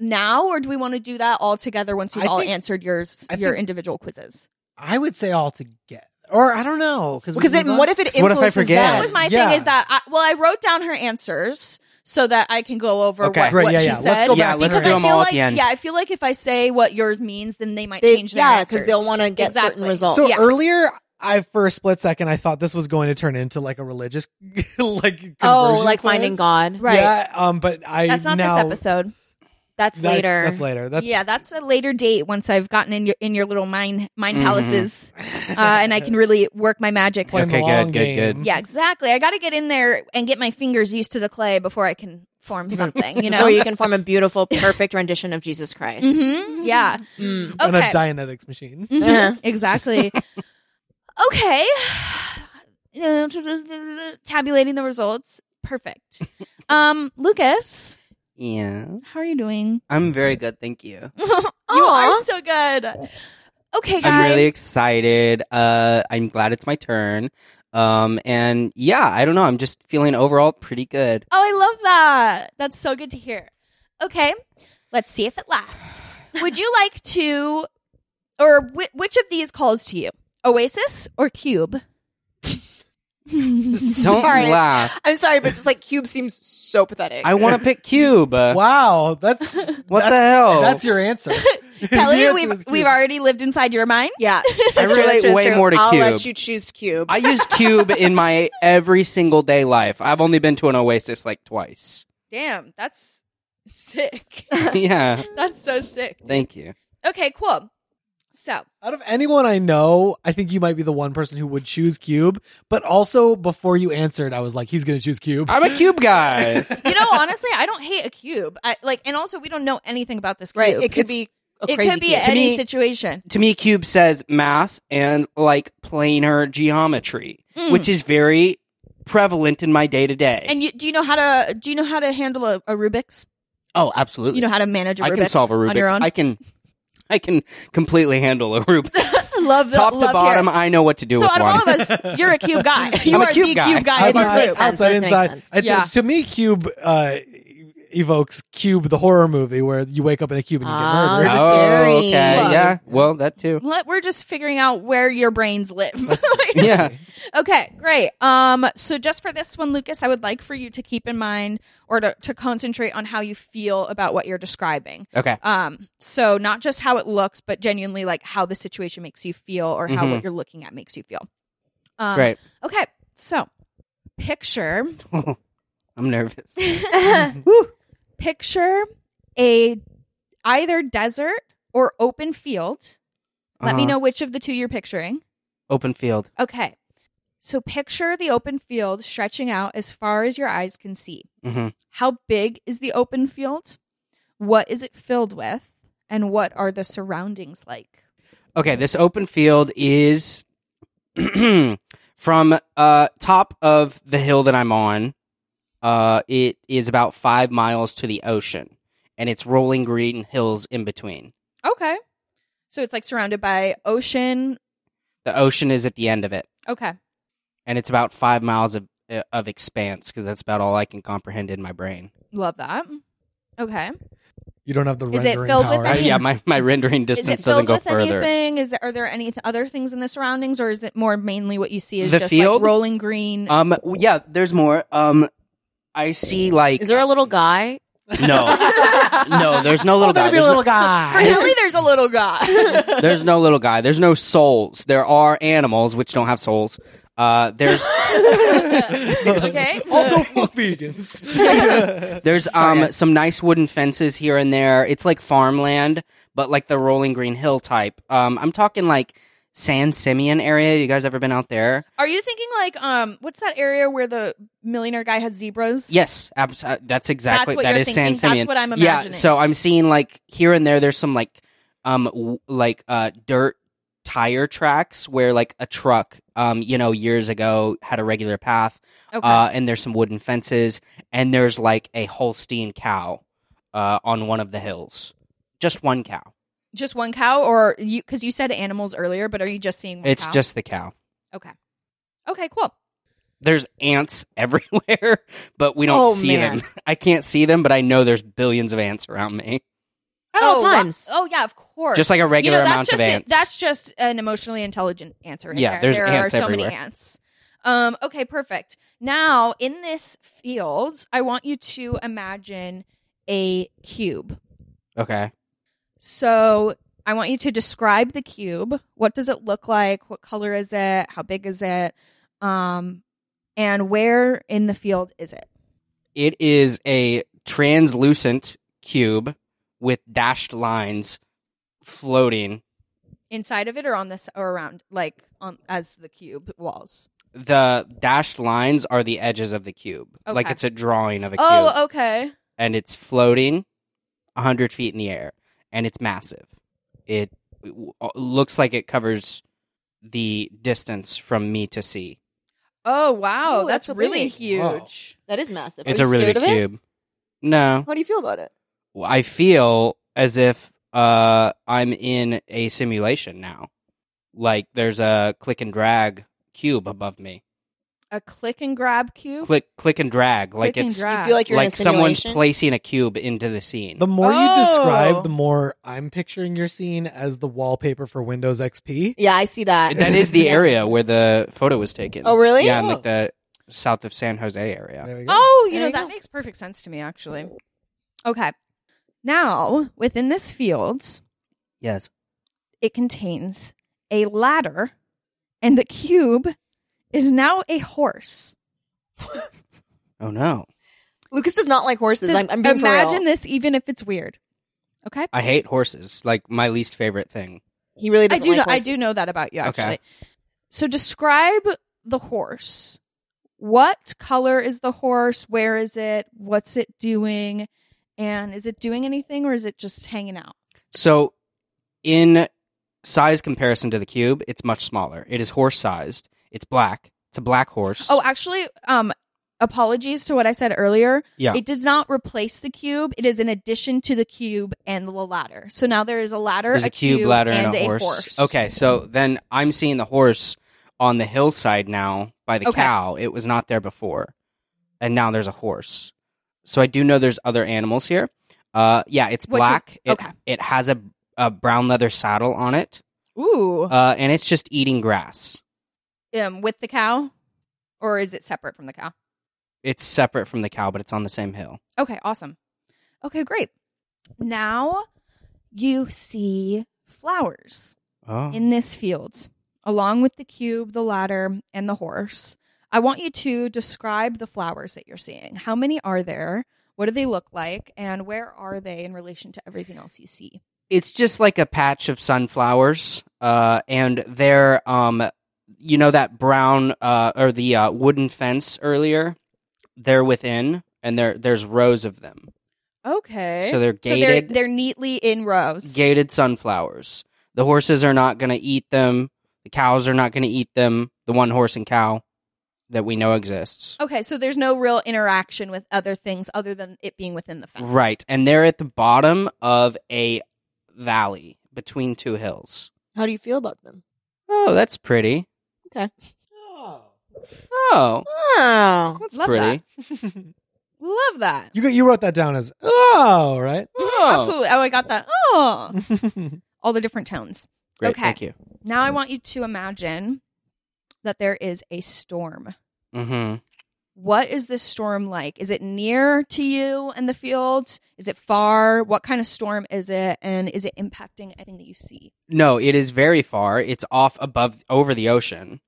S3: now or do we want to do that all together once you've
S4: I
S3: all
S4: think-
S3: answered yours
S4: I
S3: your
S4: think-
S3: individual quizzes?
S4: I would say all together. Or I don't know. we
S1: Because
S4: can
S1: it,
S4: move on.
S1: what if it
S2: So what if I
S1: influences
S2: forget?
S1: them?
S3: That was my
S4: Yeah.
S3: thing is that I, well I wrote down her answers so that I can go over
S2: Okay.
S3: what,
S4: Great,
S3: what
S4: yeah,
S3: she
S4: yeah. Let's
S3: said.
S4: go
S2: Yeah,
S4: back to
S2: let's
S4: her.
S3: because
S2: do
S3: I
S2: them
S3: feel
S2: all
S3: like
S2: at the end.
S3: yeah, I feel like if I say what yours means then they might
S1: They-
S3: change their
S1: yeah,
S3: answers.
S1: because they'll want to get
S3: exactly.
S1: certain results.
S4: So
S3: Yeah.
S4: earlier, I for a split second, I thought this was going to turn into like a religious, like
S1: oh,
S4: conversion
S1: like finding
S4: class.
S1: God.
S3: Right.
S4: Yeah, um, but I
S3: That's not
S4: now,
S3: this episode.
S1: That's
S4: that-
S1: later.
S4: That's later. That's
S3: yeah, that's a later date once I've gotten in your in your little mind mind
S1: Mm-hmm.
S3: palaces, uh, and I can really work my magic.
S4: playing
S2: Okay,
S4: the
S2: good,
S4: long
S2: good,
S4: game.
S2: good.
S3: Yeah, exactly. I got to get in there and get my fingers used to the clay before I can form something. You know?
S1: Or you Mm-hmm. can form a beautiful, perfect rendition of Jesus Christ.
S3: Mhm, Yeah.
S1: Mm.
S4: On a
S3: Okay.
S4: Dianetics machine.
S3: Mhm,
S1: Yeah.
S3: Exactly. okay. Uh, Tabulating the results. Perfect. Um, Lucas,
S2: Yeah.
S3: how are you doing?
S2: I'm very good, thank you.
S3: You
S1: Aw.
S3: are so good. Okay, guys.
S2: I'm really excited. Uh, I'm glad it's my turn. Um, and yeah, I don't know. I'm just feeling overall pretty good.
S3: Oh, I love that. That's so good to hear. Okay, let's see if it lasts. Would you like to, or whi which of these calls to you? Oasis or Cube?
S2: Don't
S1: Sorry.
S2: laugh.
S1: I'm sorry, but just like Cube seems so pathetic.
S2: I want to pick Cube. What
S4: Wow, that's
S2: the
S4: that's,
S2: hell?
S4: That's your answer. The
S3: Kelly,
S4: answer
S3: we've
S4: was Cube.
S3: we've already lived inside your mind.
S1: yeah,
S2: I
S1: That's true,
S2: relate
S1: that's true, that's
S2: way
S1: true.
S2: more to
S1: I'll
S2: Cube.
S1: let you choose Cube.
S2: I use Cube in my every single day life. I've only been to an Oasis like twice.
S3: Damn, that's sick.
S2: yeah.
S3: that's so sick.
S2: Thank you.
S3: Okay, cool. So
S4: Out of anyone I know, I think you might be the one person who would choose Cube. But also, before you answered, I was like, he's going to choose Cube.
S2: I'm a Cube guy.
S3: you know, honestly, I don't hate a cube. I like, and also, we don't know anything about this cube.
S1: right. It could
S4: It's-
S1: be a
S3: It
S1: crazy
S3: could be
S1: Cube.
S2: To
S3: any
S2: me-
S3: situation.
S2: to me, cube says math and like planar geometry,
S3: Mm.
S2: which is very prevalent in my day to day.
S3: And you, do you know how to do you know how to handle a, a Rubik's?
S2: Oh, absolutely.
S3: You know how to manage a
S2: I
S3: Rubik's
S2: can solve a
S3: on your
S2: Rubik's.
S3: own.
S2: I can, I can completely handle a Rubik's.
S3: love the,
S2: Top to
S3: love
S2: bottom,
S3: Here.
S2: I know what to do
S3: So
S2: with
S3: out of
S2: one.
S3: all of us, you're a cube guy. You
S2: I'm a
S3: are
S2: cube
S3: the
S2: guy.
S3: cube guy in
S1: Outside-
S3: your
S1: makes
S3: group.
S1: sense.
S4: outside
S1: That makes
S4: inside.
S1: sense.
S4: It's,
S3: Yeah.
S4: To me, Cube uh, evokes Cube, the horror movie, where you wake up in a cube and you
S1: Ah,
S4: get murdered.
S1: that's scary.
S2: Oh, okay.
S3: Whoa.
S2: Yeah. Well, that too.
S3: Let- We're just figuring out where your brains live. Like,
S2: Yeah.
S3: Okay, great. Um, so just for this one, Lucas, I would like for you to keep in mind or to, to concentrate on how you feel about what you're describing.
S2: Okay.
S3: Um, so not just how it looks, but genuinely like how the situation makes you feel or how
S2: Mhm.
S3: what you're looking at makes you feel. Um,
S2: Great.
S3: Okay, so picture
S2: I'm nervous.
S3: picture a either desert or open field. Let me
S2: Uh-huh.
S3: know which of the two you're picturing.
S2: Open field.
S3: Okay. So picture the open field stretching out as far as your eyes can see.
S2: hmm
S3: How big is the open field? What is it filled with? And what are the surroundings like?
S2: Okay. This open field is from uh top of the hill that I'm on. Uh, it is about five miles to the ocean, and it's rolling green hills in between.
S3: Okay. So it's like surrounded by ocean.
S2: The ocean is at the end of it,
S3: Okay.
S2: and it's about five miles of uh, of expanse because that's about all I can comprehend in my brain.
S3: Love that. Okay.
S4: You don't have the
S3: Is it
S4: rendering
S3: filled with
S4: power.
S2: Uh,
S3: any-
S2: yeah, my, my rendering
S3: Is it
S2: distance doesn't
S3: filled
S2: go
S3: with
S2: further.
S3: anything? Is there are there any th- other things in the surroundings or is it more mainly what you see is
S2: The
S3: just
S2: field?
S3: like rolling green?
S2: Um, w- yeah, there's more. Um, I see like
S1: Is there a little guy?
S2: no, no, there's no little
S4: oh,
S2: guy.
S4: there'd be
S2: There's,
S4: a little
S3: For
S4: guy.
S3: Kelly, there's a little guy.
S2: no, there's no little guy. There's no souls. There are animals which don't have souls. Uh, there's
S3: okay.
S4: also, fuck vegans.
S2: there's
S3: Sorry,
S2: um
S3: guys.
S2: some nice wooden fences here and there. It's like farmland, but like the rolling green hill type. Um, I'm talking like San Simeon area. You guys ever been out there?
S3: Are you thinking like um what's that area where the millionaire guy had zebras?
S2: Yes, abs- uh, that's exactly
S3: what
S2: that
S3: you're
S2: is
S3: thinking.
S2: San
S3: That's
S2: Simeon.
S3: what I'm
S2: Yeah,
S3: imagining.
S2: so I'm seeing like here and there. There's some like um w- like uh dirt tire tracks where like a truck um you know years ago had a regular path
S3: Okay.
S2: uh and there's some wooden fences and there's like a Holstein cow uh on one of the hills. Just one cow.
S3: just one cow or you cuz you said animals earlier, but are you just seeing one
S2: It's
S3: cow?
S2: just the cow.
S3: Okay, cool.
S2: There's ants everywhere, but we don't
S1: Oh,
S2: see
S1: man.
S2: them. I can't see them, but I know there's billions of ants around me.
S1: At all
S3: Oh, lo-
S1: times.
S3: Oh yeah, of course.
S2: Just like a regular
S3: you know, that's
S2: amount of
S3: just a-
S2: ants.
S3: that's just an emotionally intelligent answer. in
S2: Yeah,
S3: there.
S2: there's
S3: there
S2: ants
S3: are so many
S2: everywhere.
S3: ants. Um, okay, perfect. Now in this field, I want you to imagine a cube.
S2: Okay.
S3: So I want you to describe the cube. What does it look like? What color is it? How big is it? Um, and where in the field is it?
S2: It is a translucent cube with dashed lines floating.
S3: Inside of it, or on this, or around, like on as the cube walls.
S2: The dashed lines are the edges of the cube. Like
S3: Okay.
S2: it's a drawing of a cube.
S3: Oh, okay.
S2: And it's floating 100 feet in the air. And it's massive. It w- looks like it covers the distance from me to sea.
S3: Oh wow,
S1: Ooh, that's
S3: that's,
S1: so
S3: really
S1: big.
S3: huge.
S1: That is massive.
S2: It's
S1: Are
S2: a
S1: you
S2: really
S1: scared
S2: big
S1: of it?
S2: cube. No.
S1: How do you feel about it?
S2: I feel as if uh, I'm in a simulation now. Like there's a click and drag cube above me.
S3: A click and grab cube.
S2: Click, click and drag. like
S3: Click and
S2: it's
S3: drag.
S1: You feel like you're
S2: like
S1: in a
S2: someone's
S1: simulation?
S2: placing a cube into the scene.
S4: The more you
S3: Oh.
S4: describe, the more I'm picturing your scene as the wallpaper for Windows XP.
S1: Yeah, I see that.
S2: that is the area where the photo was taken.
S1: Oh, really?
S2: Yeah, in
S4: Oh.
S2: like the south of San Jose area.
S4: There we go.
S3: Oh, you
S1: There
S3: know
S1: you
S3: that
S1: go.
S3: makes perfect sense to me actually. Okay. Now, within this field,
S2: Yes.
S3: it contains a ladder and the cube is now a horse.
S2: Oh no,
S1: Lucas does not like horses.
S3: Just
S1: I'm, I'm being for
S3: imagine
S1: real.
S3: this even if it's weird. Okay?
S2: I hate horses. Like my least favorite thing.
S1: He really
S3: I
S1: doesn't
S3: do
S1: like
S3: know I
S1: horses.
S3: do know that about you
S2: Okay.
S3: actually. So describe the horse. What color is the horse? Where is it? What's it doing? And is it doing anything or is it just hanging out?
S2: So, in size comparison to the cube, it's much smaller. It is horse sized. It's black. It's a black horse.
S3: Oh, actually, um, apologies to what I said earlier.
S2: Yeah.
S3: It does not replace the cube. It is an addition to the cube and the ladder. So now there is a ladder,
S2: There's a cube, ladder
S3: and,
S2: and, a, horse. Okay, so then I'm seeing the horse on the hillside now by the
S3: Okay.
S2: cow. It was not there before, and now there's a horse. so I do know there's other animals here. Uh, yeah, it's
S3: Which is-
S2: black. It-
S3: okay.
S2: It, has a, a brown leather saddle on it,
S3: Ooh.
S2: uh, and it's just eating grass.
S3: um, with the cow, or is it separate from the cow?
S2: It's separate from the cow, but it's on the same hill.
S3: Okay, awesome. Okay, great. Now you see flowers
S2: Oh,
S3: in this field, along with the cube, the ladder, and the horse. I want you to describe the flowers that you're seeing. How many are there? What do they look like? And where are they in relation to everything else you see?
S2: it's just like a patch of sunflowers, uh, and they're um, you know that brown uh, or the uh, wooden fence earlier. They're within, and there there's rows of them.
S3: Okay.
S2: So they're
S3: they're,
S2: gated,
S3: they're neatly in rows.
S2: gated sunflowers. The horses are not going to eat them. The cows are not going to eat them. The one horse and cow that we know exists.
S3: Okay, so there's no real interaction with other things other than it being within the fence.
S2: Right, and they're at the bottom of a valley between two hills.
S1: How do you feel about them?
S2: Oh, that's pretty.
S1: Okay.
S2: Oh,
S1: Oh.
S2: that's
S3: Love
S2: pretty.
S3: that. Love that.
S4: You got you wrote that down as oh right.
S2: Oh.
S3: Absolutely. Oh, I got that. Oh, all the different tones.
S2: Oh. Great,
S3: Okay.
S2: thank you.
S3: Now I want you to imagine that there is a storm.
S2: hmm
S3: What is this storm like? Is it near to you and the fields? Is it far? What kind of storm is it? And is it impacting anything that you see?
S2: No, it is very far. It's off above over the ocean,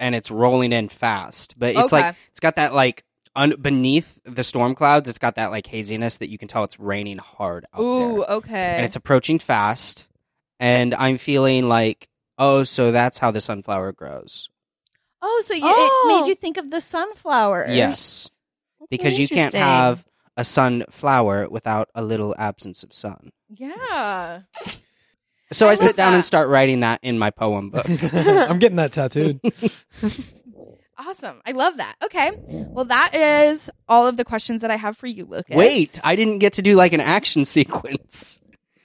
S2: and it's rolling in fast. But it's like
S3: Okay.
S2: it's got that like un- beneath the storm clouds. It's got that like haziness that you can tell it's raining hard out there,
S3: Ooh, okay.
S2: and it's approaching fast. And I'm feeling like, oh, so that's how the sunflower grows
S3: oh, so you,
S1: Oh.
S3: it made you think of the sunflowers.
S2: Yes. because you can't have a sunflower without a little absence of sun.
S3: Yeah.
S2: So
S3: I
S2: I,
S3: love
S2: sit down
S3: that.
S2: and start writing that in my poem book.
S4: I'm getting that tattooed.
S3: Awesome. I love that. Okay. Well, that is all of the questions that I have for you, Lucas.
S2: Wait, I didn't get to do like an action sequence.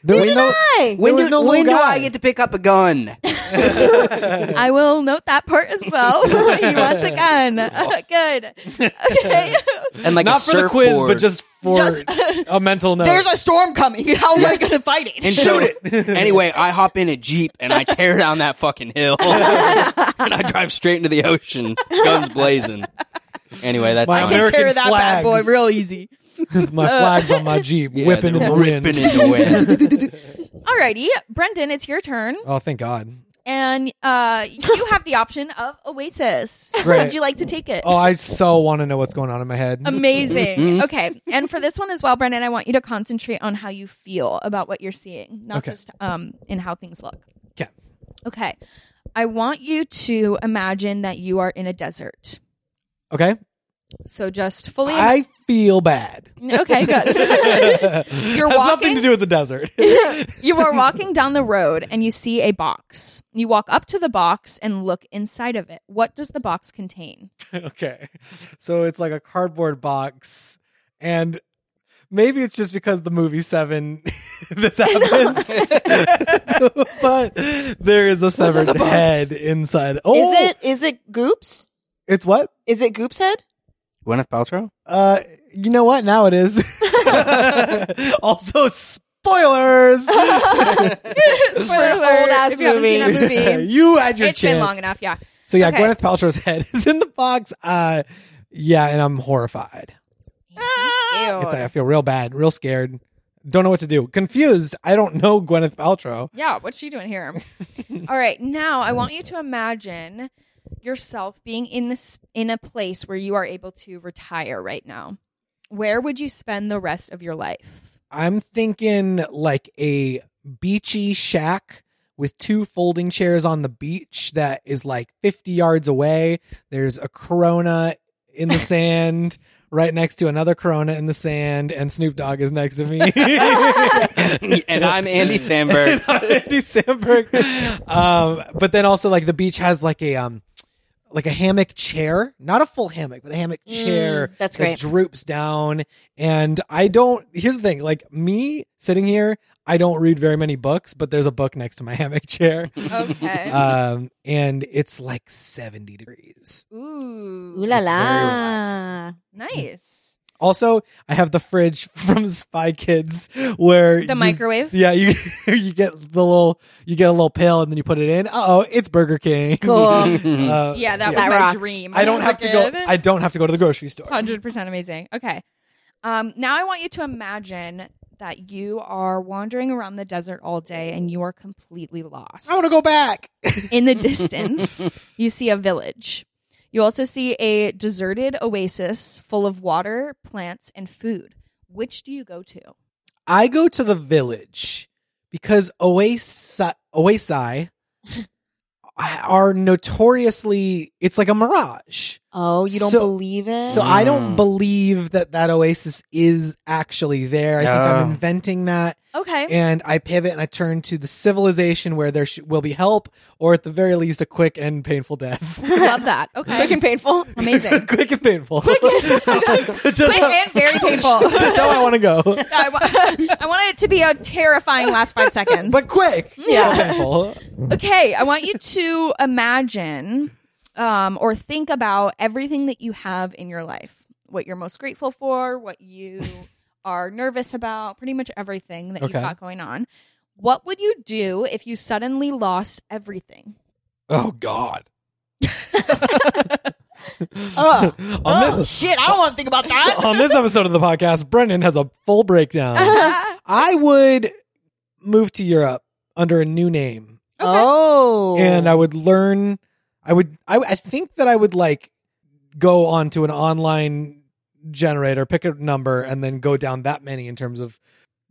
S4: There was no.
S2: When,
S4: was
S2: do,
S4: no little
S2: when do
S4: guy.
S2: I get to pick up a gun?
S3: I will note that part as well. he wants a gun. Good. Okay.
S2: And like a
S4: Not for the quiz,
S2: surfboard.
S4: but just for
S3: Just-
S4: a mental note.
S3: There's a storm coming. How am I going to fight it?
S2: And so, anyway, I hop in a jeep and I tear down that fucking hill, and I drive straight into the ocean, guns blazing. Anyway, that's
S3: I
S4: My
S2: mine.
S3: take care of that bad boy
S4: flags.
S3: real easy.
S4: my flags on my jeep,
S2: Yeah,
S4: whipping in
S2: they're
S4: the wind.
S2: ripping in the wind.
S3: Alrighty, Brendan, it's your turn,
S4: oh, thank God!
S3: and uh, you have the option of Oasis.
S4: Great.
S3: Would you like to take it?
S4: Oh, I so want to know what's going on in my head.
S3: Um, Amazing.
S4: Mm-hmm.
S3: okay, and for this one as well, Brendan, I want you to concentrate on how you feel about what you're seeing, not
S4: Okay.
S3: just um in how things look.
S4: Okay.
S3: Okay. I want you to imagine that you are in a desert.
S4: okay,
S3: So just fully. ima-
S4: I feel bad.
S3: okay, good.
S4: You're Has
S3: walking?
S4: nothing to do with the desert.
S3: you are walking down the road and you see a box. You walk up to the box and look inside of it. What does the box contain?
S4: okay, so it's like a cardboard box, and maybe it's just because the movie Seven this happens, but there is a
S1: in the
S4: severed
S1: box?
S4: head inside. Oh,
S1: Is it is it Goops?
S4: It's what?
S1: Is it Goop's head?
S2: Gwyneth Paltrow.
S4: Uh, you know what? Now it is. also, spoilers.
S3: Spoiler
S1: old ass
S3: if you haven't seen that
S1: movie.
S3: movie.
S4: you had your
S3: It's
S4: chance.
S3: been long enough, yeah.
S4: So yeah,
S3: Okay.
S4: Gwyneth Paltrow's head is in the box. Uh, yeah, and I'm horrified.
S3: He's
S4: It's like I
S3: cute.
S4: feel real bad, real scared. Don't know what to do. Confused. I don't know Gwyneth Paltrow.
S3: Yeah, what's she doing here? All right, now I want you to imagine yourself being in this in a place where you are able to retire right now. Where would you spend the rest of your life?
S4: I'm thinking like a beachy shack with two folding chairs on the beach that is like 50 yards away. There's a Corona in the sand right next to another Corona in the sand, and Snoop Dogg is next to me.
S2: and I'm Andy Samberg.
S4: Andy Samberg. Um, but then also like the beach has like a um like a hammock chair, not a full hammock, but a hammock chair
S1: Mm, that's
S4: that
S1: great.
S4: droops down. And I don't. Here's the thing: like me sitting here, I don't read very many books, but there's a book next to my hammock chair,
S3: Okay.
S4: um, and it's like 70 degrees.
S3: Ooh.
S1: Ooh la
S4: It's very
S1: la.
S3: Nice.
S4: Also, I have the fridge from Spy Kids where
S3: The
S4: you-
S3: microwave.
S4: Yeah, you you get the little you get a little pill and then you put it in. Uh oh, it's Burger King.
S1: Cool.
S4: Uh,
S3: Yeah, that
S4: so
S3: was
S1: That
S3: my
S1: rocks.
S3: dream.
S4: I don't have to go. I don't have to go to the grocery store.
S3: Hundred percent amazing. Okay. Um, now I want you to imagine that you are wandering around the desert all day and you are completely lost.
S4: I want to go back.
S3: In the distance, you see a village. You also see a deserted oasis full of water, plants, and food. Which do you go to?
S4: I go to the village because Oasi, Oasi are notoriously it's like a mirage.
S1: Oh, you don't
S4: So-
S1: believe it?
S4: So I don't
S2: Mm.
S4: believe that that oasis is actually there. I think I'm
S2: No.
S4: inventing that
S3: Okay.
S4: and I pivot and I turn to the civilization where there sh- will be help or at the very least a quick and painful death.
S3: Love that.
S1: quick
S3: Okay.
S1: and painful.
S3: Amazing.
S4: quick and painful. just,
S3: Quick
S4: how,
S3: and very painful.
S4: just how I want to go.
S3: I, wa- I want it to be a terrifying last five seconds.
S4: But quick.
S3: Yeah.
S4: Not painful.
S3: Okay, I want you to imagine um, or think about everything that you have in your life, what you're most grateful for, what you are nervous about, pretty much everything that
S4: Okay.
S3: you've got going on. What would you do if you suddenly lost everything?
S4: Oh God.
S1: Ugh.
S4: on,
S3: oh
S4: this,
S3: shit! I don't want to think about that.
S4: on this episode of the podcast, Brendan has a full breakdown. I would move to Europe under a new name,
S1: Oh.
S4: and I would learn. I would. I, I think that I would like go onto an online generator, pick a number, and then go down that many in terms of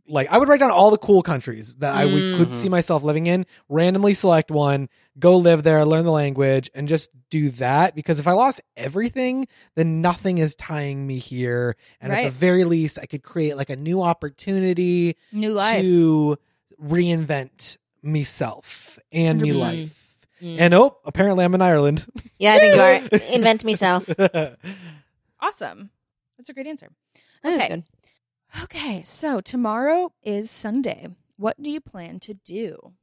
S4: like I would write down all the cool countries that I would, could
S2: Mhm.
S4: see myself living in, randomly select one, go live there, learn the language, and just do that. Because if I lost everything, then nothing is tying me here. And at
S3: Right.
S4: the very least, I could create like a new opportunity
S3: New life.
S4: to reinvent myself and me
S1: 100%.
S4: life.
S1: Mm.
S4: And oh, apparently I'm in Ireland.
S5: Yeah, I think you are. Invent myself.
S3: Awesome. That's a great answer.
S1: That is
S3: Okay.
S1: good.
S3: Okay, so tomorrow is Sunday. What do you plan to do?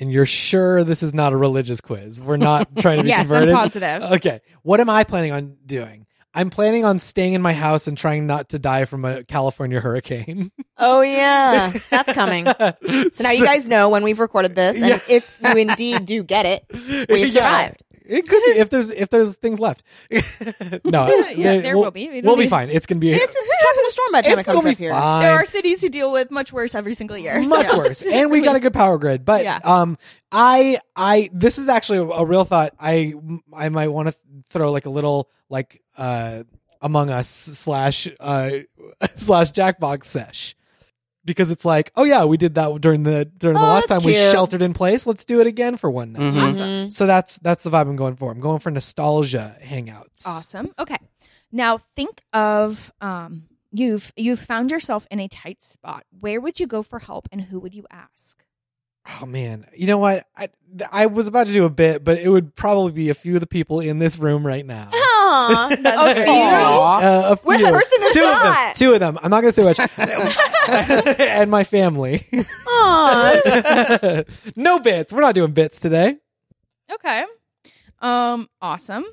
S4: and you're sure this is not a religious quiz. We're not trying to be
S3: Yes,
S4: converted.
S3: I'm positive.
S4: Okay. What am I planning on doing? I'm planning on staying in my house and trying not to die from a California hurricane.
S1: Oh yeah, that's coming. So
S4: so
S1: now you guys know when we've recorded this, and
S4: Yeah.
S1: if you indeed do get it, we've survived.
S4: It could be if there's if there's things left. no,
S3: Yeah, yeah,
S4: they-
S3: there
S4: we'll,
S3: will be. We don't
S4: We'll be
S3: need-
S4: fine. It's gonna be.
S1: It's, it's tropical storm by the time
S4: it's
S1: it comes
S4: gonna
S1: up
S4: be
S1: here.
S4: fine.
S3: There are cities who deal with much worse every single year. so-
S4: much worse and we got a good power grid but
S3: Yeah.
S4: um i i this is actually a, a real thought i i might want to throw like a little like uh among us slash uh slash jackbox sesh because it's like oh yeah we did that during the during the
S1: Oh,
S4: last time
S1: that's
S4: we
S1: cute.
S4: sheltered in place let's do it again for one night
S2: Mhm.
S1: Mhm.
S4: so that's that's the vibe i'm going for i'm going for nostalgia hangouts
S3: Awesome. Okay. Now think of um, you've you've found yourself in a tight spot. Where would you go for help, and who would you ask?
S4: Oh man, you know what? I th- I was about to do a bit, but it would probably be a few of the people in this room right now.
S1: Aw.
S3: That's
S1: Okay.
S3: great.
S4: Uh, a few.
S1: What person is
S4: two of them.
S1: that?
S4: Two of them. I'm not gonna say which. and my family.
S1: Aw.
S4: no bits. We're not doing bits today.
S3: Okay. Um. Awesome.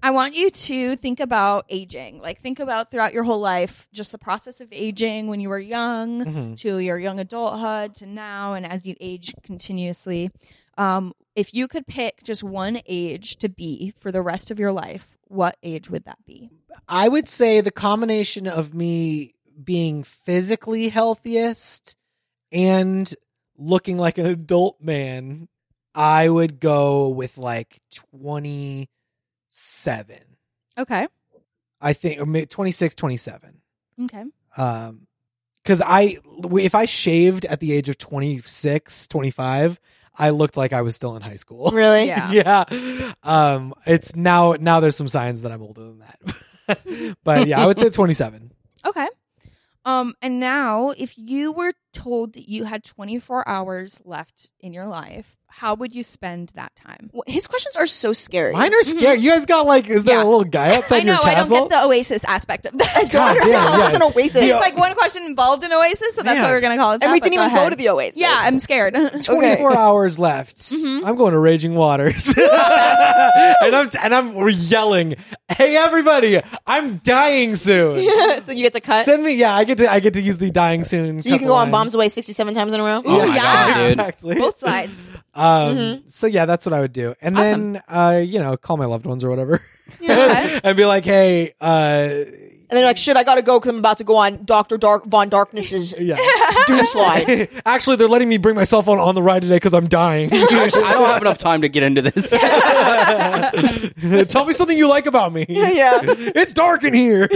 S3: I want you to think about aging. Like think about throughout your whole life, just the process of aging when you were young.
S4: Mm-hmm.
S3: to your young adulthood to now and as you age continuously um, if you could pick just one age to be for the rest of your life what age would that be
S4: I would say the combination of me being physically healthiest and looking like an adult man, I would go with like 27.
S3: okay
S4: I think or maybe 26, 27.
S3: okay
S4: Um cuz I if I shaved at the age of 26, 25, I looked like I was still in high school.
S1: really?
S3: Yeah.
S4: yeah. Um it's now now there's some signs that I'm older than that. but yeah, I would say 27.
S3: okay um, and now if you were told that you had 24 hours left in your life how would you spend that time?
S1: Wh- His questions are so scary.
S4: Mine are scary. You guys got like, is there
S3: Mm-hmm. Yeah.
S4: a little guy outside
S3: I know
S4: your
S3: I don't
S4: castle?
S3: get the Oasis aspect of that.
S4: God
S1: Oasis
S4: damn,
S1: was
S4: yeah.
S1: an oasis.
S4: Yeah.
S3: It's like one question involved in Oasis, so that's
S4: Man.
S3: what we're gonna call it.
S1: uh, And
S3: that,
S1: we
S3: but
S1: didn't even go
S3: ahead.
S1: to the oasis.
S3: Yeah, I'm scared.
S4: 24 hours left.
S3: Mm-hmm.
S4: I'm going to Raging Waters. and I'm and I'm yelling, "Hey everybody, I'm dying soon."
S5: so you get to cut.
S4: Send me yeah, I get to I get to use the dying soon.
S5: so you can
S4: couple
S5: go on
S4: line.
S5: bombs away sixty-seven times in a row.
S2: Oh my
S3: yeah.
S2: god, dude.
S4: Ah, Exactly.
S3: Both sides. Mm-hmm.
S4: Um, So yeah, that's what I would do, and then uh, you know, call my loved ones or whatever,
S3: Yeah.
S4: and be like, "Hey, uh,
S5: And they're like, shit, I gotta go because I'm about to go on Doctor Dark Von Darkness's
S4: yeah."
S5: doom slide.
S4: Actually, they're letting me bring my cell phone on the ride today because I'm dying.
S2: Actually, I don't have enough time to get into this.
S4: Tell me something you like about me.
S1: yeah.
S4: It's dark in here.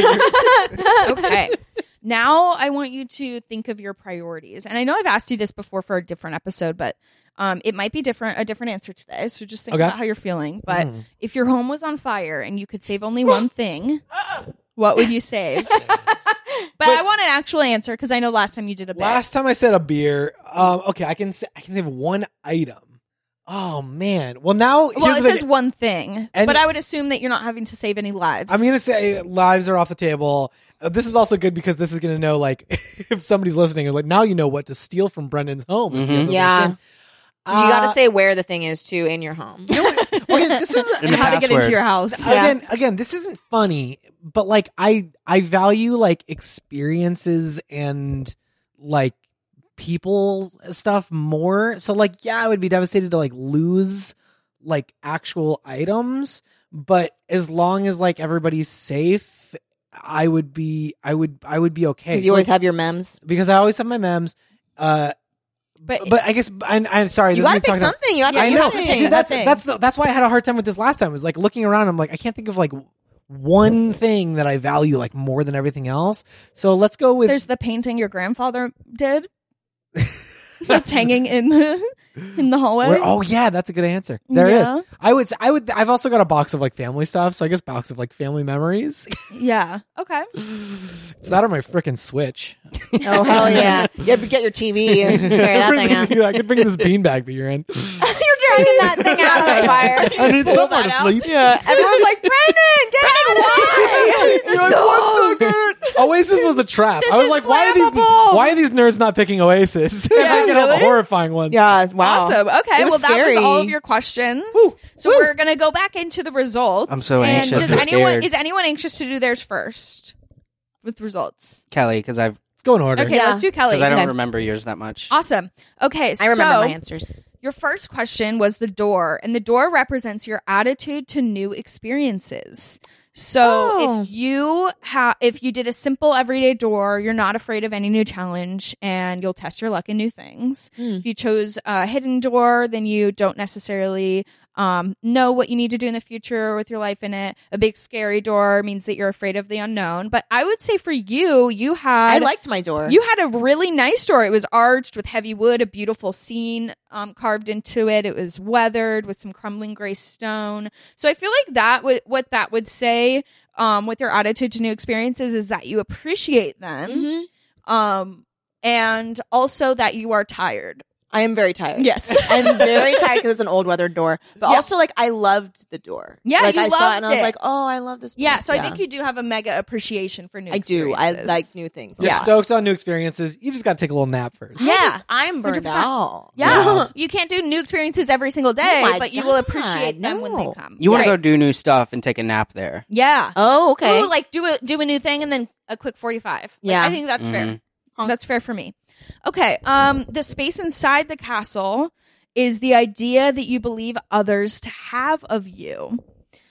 S3: okay. Now I want you to think of your priorities. And I know I've asked you this before for a different episode, but um, it might be different a different answer today. So just think
S4: Okay. Mm-hmm.
S3: about how you're feeling. But if your home was on fire and you could save only one thing, what would you save? but, I want an actual answer because I know last time you did a bit.
S4: Last time I said a beer. Um, okay, I can say, I can save one item. Oh man. Well now
S3: well,
S4: here's
S3: it
S4: the
S3: says
S4: thing.
S3: one thing,
S4: And-
S3: but I would assume that you're not having to save any lives.
S4: I'm gonna say lives are off the table. Uh, This is also good because this is gonna know like if somebody's listening, like now you know what to steal from Brendan's home. if you
S2: Mhm.
S4: ever
S1: Yeah.
S4: break in.
S1: you got
S4: Uh,
S1: to say where the thing is too in your home.
S4: okay, this is
S2: And
S3: and how to get into
S2: password.
S3: your house.
S1: Yeah.
S4: again again this isn't funny but like i i value like experiences and like people stuff more so like yeah i would be devastated to like lose like actual items but as long as like everybody's safe i would be i would i would be okay
S1: Because you
S4: So,
S1: always
S4: like,
S1: have your mems.
S4: because i always have my mems uh
S3: But,
S4: but i guess i'm, I'm sorry
S1: You
S4: this is
S1: got to
S4: me
S1: pick
S4: talking about-
S1: something. You got to
S3: Yeah,
S4: I
S1: pick
S3: you
S4: know.
S3: have to
S1: something.
S3: think.
S4: See,
S3: a
S4: that's
S3: thing.
S4: that's the, that's why I had a hard time with this last time. Is like looking around, I'm like, I can't think of like one thing that I value like more than everything else. So let's go with
S3: There's the painting your grandfather did that's hanging in the in the hallway.
S4: where- oh yeah, that's a good answer. There it is.
S3: Yeah.
S4: I would s- I would I've also got a box of like family stuff, so I guess box of like family memories.
S3: yeah. Okay.
S4: it's that on my freaking switch.
S1: Oh hell yeah! You have to get your TV and carry that thing out.
S4: I could bring this beanbag that you're in.
S1: You're dragging that thing out of the fire.
S4: I need
S3: Pull
S4: somewhere
S3: that
S4: to
S3: out.
S4: sleep.
S1: Yeah, everyone's like Brendan, get out of why?
S4: You're like, "What's so good?" Oasis was a trap.
S3: This
S4: I was
S3: is
S4: like, why are these
S3: flammable.
S4: why are these nerds not picking Oasis? And I
S3: Yeah,
S4: get all the
S3: really?
S4: horrifying ones.
S1: Yeah, Uh, wow.
S3: Awesome. Okay.
S1: It was
S3: Well, that
S1: scary.
S3: was all of your questions.
S4: Woo.
S3: So we're gonna go back into the results.
S2: I'm so
S3: And
S2: anxious
S3: Does
S2: and
S3: anyone
S2: scared.
S3: is anyone anxious to do theirs first with results?
S2: Kelly, because I've
S4: Let's go in order.
S3: Okay.
S1: Yeah.
S3: Let's do Kelly.
S2: because I don't
S1: Okay.
S2: remember yours that much.
S3: Awesome. Okay.
S1: I remember
S3: so
S1: my answers.
S3: your first question was the door, and the door represents your attitude to new experiences. So
S1: Oh.
S3: if you have, if you did a simple everyday door, you're not afraid of any new challenge, and you'll test your luck in new things.
S1: Hmm.
S3: If you chose a hidden door, then you don't necessarily um, know what you need to do in the future with your life in it. A big scary door means that you're afraid of the unknown. But I would say for you, you
S1: I
S3: had
S1: liked my door.
S3: you had a really nice door. It was arched with heavy wood, a beautiful scene um, carved into it. It was weathered with some crumbling gray stone. So I feel like that would what that would say um, with your attitude to new experiences is that you appreciate them,
S1: Mhm.
S3: um, and also that you are tired.
S1: I am very tired.
S3: Yes.
S1: I'm very tired because it's an old weathered door. But
S3: Yeah.
S1: also, like, I loved the door.
S3: Yeah,
S1: like
S3: you
S1: I saw it and I
S3: loved
S1: was
S3: it.
S1: like, oh, I love this. Door.
S3: Yeah, so I think you do have a mega appreciation for new.
S1: I do. I
S3: experiences.
S1: like new things.
S4: You're
S3: Yeah.
S1: Yes.
S4: stoked on new experiences. You just got to take a little nap first.
S1: I
S3: Yeah.
S1: just- I'm burned
S3: 100%.
S1: out.
S3: Yeah.
S4: Yeah.
S3: you can't do new experiences every single day,
S1: Oh my
S3: but you will
S1: God,
S3: appreciate them when they
S1: no.
S3: come.
S2: You want
S3: Right.
S2: to go do new stuff and take a nap there.
S3: Yeah.
S1: Oh, okay.
S3: Ooh, like do a do a new thing and then a quick forty five.
S1: Yeah.
S3: I think that's fair.
S2: Mhm.
S1: Huh.
S3: That's fair for me. Okay. Um, the space inside the castle is the idea that you believe others to have of you.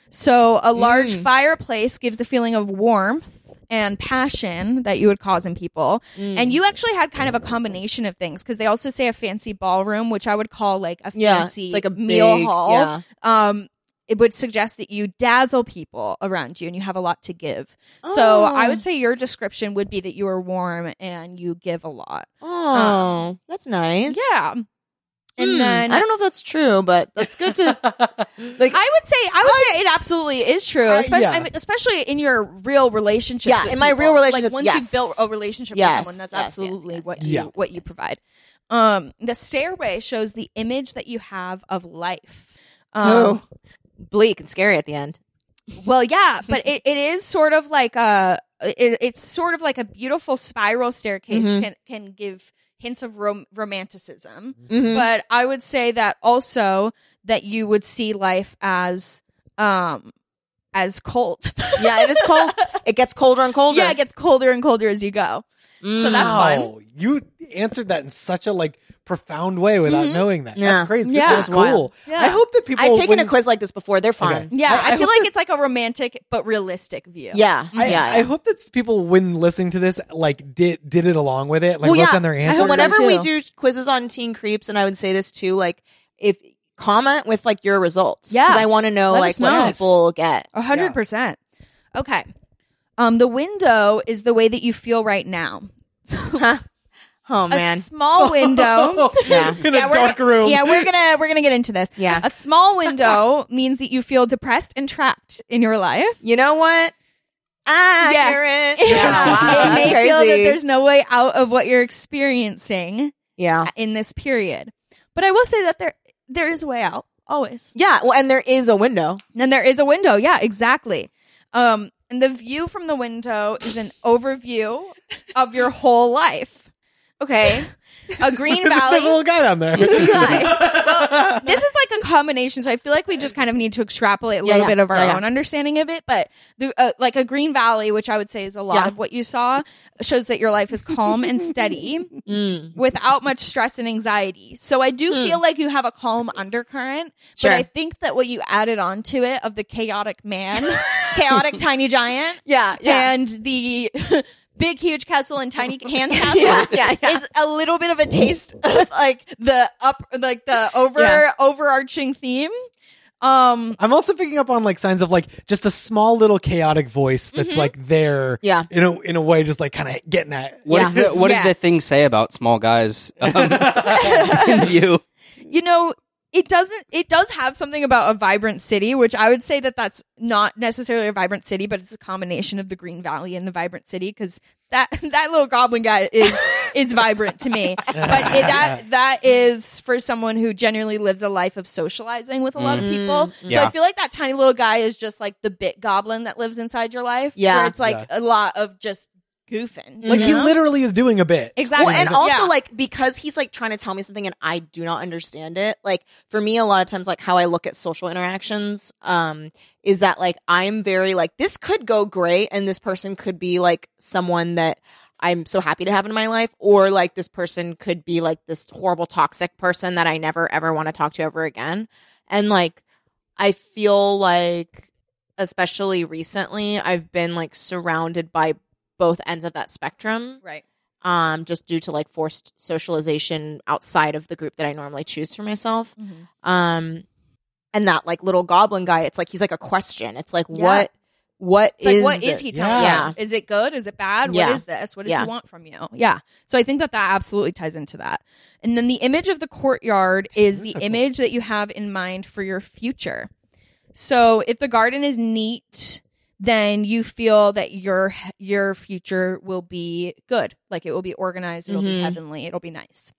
S3: So a large
S1: Mm.
S3: fireplace gives the feeling of warmth and passion that you would cause in people.
S1: Mm.
S3: And you actually had kind of a combination of things because they also say a fancy ballroom, which I would call like a
S1: yeah,
S3: fancy
S1: it's like a
S3: meal
S1: big-
S3: hall
S1: Yeah.
S3: um, it would suggest that you dazzle people around you and you have a lot to give.
S1: Oh.
S3: So I would say your description would be that you are warm and you give a lot.
S1: Oh, that's nice.
S3: Um, Yeah. And
S1: Hmm,
S3: then
S1: I don't know if that's true, but that's good to like.
S3: I would say I would say it absolutely is true,
S4: I-
S3: especially
S4: yeah.
S3: I mean, especially in your real relationships.
S1: Yeah,
S3: with
S1: in my
S3: people.
S1: real
S3: Like,
S1: relationships,
S3: once
S1: yes.
S3: you've built a relationship
S1: Yes,
S3: with someone, that's
S1: yes, yes,
S3: absolutely
S1: yes,
S3: what
S4: yes,
S3: you
S4: yes,
S3: what you
S1: yes.
S3: provide. Um, the stairway shows the image that you have of life. Um,
S1: Oh. Bleak and scary at the end.
S3: Well, yeah, but it, it is sort of like a it, it's sort of like a beautiful spiral staircase
S1: Mhm.
S3: can can give hints of rom- romanticism.
S1: Mhm.
S3: But I would say that also that you would see life as um as cold.
S1: yeah, it is cold. It gets colder and colder.
S3: yeah, it gets colder and colder as you go. So that's fun.
S4: Mm. Wow, you answered that in such a like profound way without
S3: Mhm.
S4: knowing that.
S1: Mm-hmm. Yeah.
S4: That's crazy.
S3: Yeah.
S4: This is
S1: That's wild.
S4: cool.
S3: Yeah.
S4: I hope that people.
S1: I've taken
S4: when-
S1: a quiz like this before. They're fun.
S4: Okay.
S3: Yeah,
S4: I- I
S3: I, feel
S4: hope
S3: like
S4: that-
S3: it's like a romantic but realistic view.
S1: Yeah,
S4: I,
S1: yeah.
S4: I hope that people, when listening to this, like did did it along with it, like
S1: well,
S4: wrote
S1: yeah.
S4: down their
S1: I
S4: answers.
S1: hope whenever we
S3: too.
S1: do quizzes on Teen Creeps, and I would say this too, like if comment with like your results.
S3: Yeah.
S1: 'Cause I want to know
S3: Let
S1: like
S3: us
S1: what
S4: know.
S1: people get.
S3: A hundred percent. Okay. Um, the window is the way that you feel right now.
S1: Oh man,
S3: A small window.
S1: Yeah.
S4: in a
S3: we're
S4: dark
S3: gonna-
S4: room.
S3: Yeah, we're gonna we're gonna get into this.
S1: Yeah.
S3: A small window means that you feel depressed and trapped in your life.
S1: you know what? Accurate.
S3: Yeah.
S1: Wow,
S3: it may
S1: that's
S3: feel that
S1: crazy.
S3: there's no way out of what you're experiencing
S1: yeah,
S3: in this period. But I will say that there there is a way out always.
S1: yeah. Well, and there is a window.
S3: And there is a window. Yeah, exactly. Um, and the view from the window is an overview of your whole life. Okay. A green
S4: There's a
S3: valley.
S4: little guy down there.
S3: Well, this is like a combination, so I feel like we just kind of need to extrapolate a
S1: Yeah,
S3: little
S1: yeah.
S3: bit of our
S1: Yeah, yeah.
S3: own understanding of it. But the uh, like a green valley, which I would say is a lot
S1: Yeah.
S3: of what you saw, shows that your life is calm and steady
S1: Mm.
S3: without much stress and anxiety. So I do feel like you have a calm undercurrent,
S1: Hmm. Sure.
S3: but I think that what you added onto it of the chaotic man, chaotic tiny giant,
S1: Yeah, yeah,
S3: and the big huge castle and tiny hand castle
S1: yeah, yeah, yeah.
S3: is a little bit of a taste of like the up like the over
S1: Yeah.
S3: overarching theme. Um
S4: I'm also picking up on like signs of like just a small little chaotic voice that's like there.
S1: Mm-hmm. Yeah.
S4: In a in a way, just like kind of getting at.
S2: What
S1: Yeah.
S2: does the what does the
S3: Yes.
S2: thing say about small guys? Um, and you.
S3: you know it doesn't it does have something about a vibrant city which I would say that that's not necessarily a vibrant city but it's a combination of the green valley and the vibrant city cuz that that little goblin guy is is vibrant to me but it, that that is for someone who generally lives a life of socializing with a lot of
S1: Mm.
S3: people so
S2: Yeah.
S3: I feel like that tiny little guy is just like the bit goblin that lives inside your life
S1: Yeah.
S3: where it's like
S4: Yeah.
S3: a lot of just goofing
S4: Like he
S1: Yeah.
S4: literally is doing a bit.
S3: exactly
S1: Well, and
S4: Yeah.
S1: also
S3: Yeah.
S1: like because he's like trying to tell me something and I do not understand it. Like for me, a lot of times, like how I look at social interactions, um, is that like I'm very like this could go great and this person could be like someone that I'm so happy to have in my life, or like this person could be like this horrible toxic person that I never ever want to talk to ever again. And like I feel like especially recently I've been like surrounded by both ends of that spectrum
S3: right
S1: um, just due to like forced socialization outside of the group that I normally choose for myself.
S3: Mm-hmm.
S1: Um, and that like little goblin guy, it's like he's like a question. It's like
S3: Yeah.
S1: what what
S3: It's like,
S1: is
S3: what is
S1: it?
S3: he telling
S4: Yeah.
S3: you? Is it good? Is it bad?
S1: Yeah.
S3: What is this? What does
S1: Yeah.
S3: he want from you? Yeah. So I think that that absolutely ties into that. And then the image of the courtyard is
S4: This
S3: the
S4: is so cool.
S3: image that you have in mind for your future. So if the garden is neat, then you feel that your your future will be good. Like it will be organized, it'll be
S1: Mhm.
S3: heavenly, it'll be nice.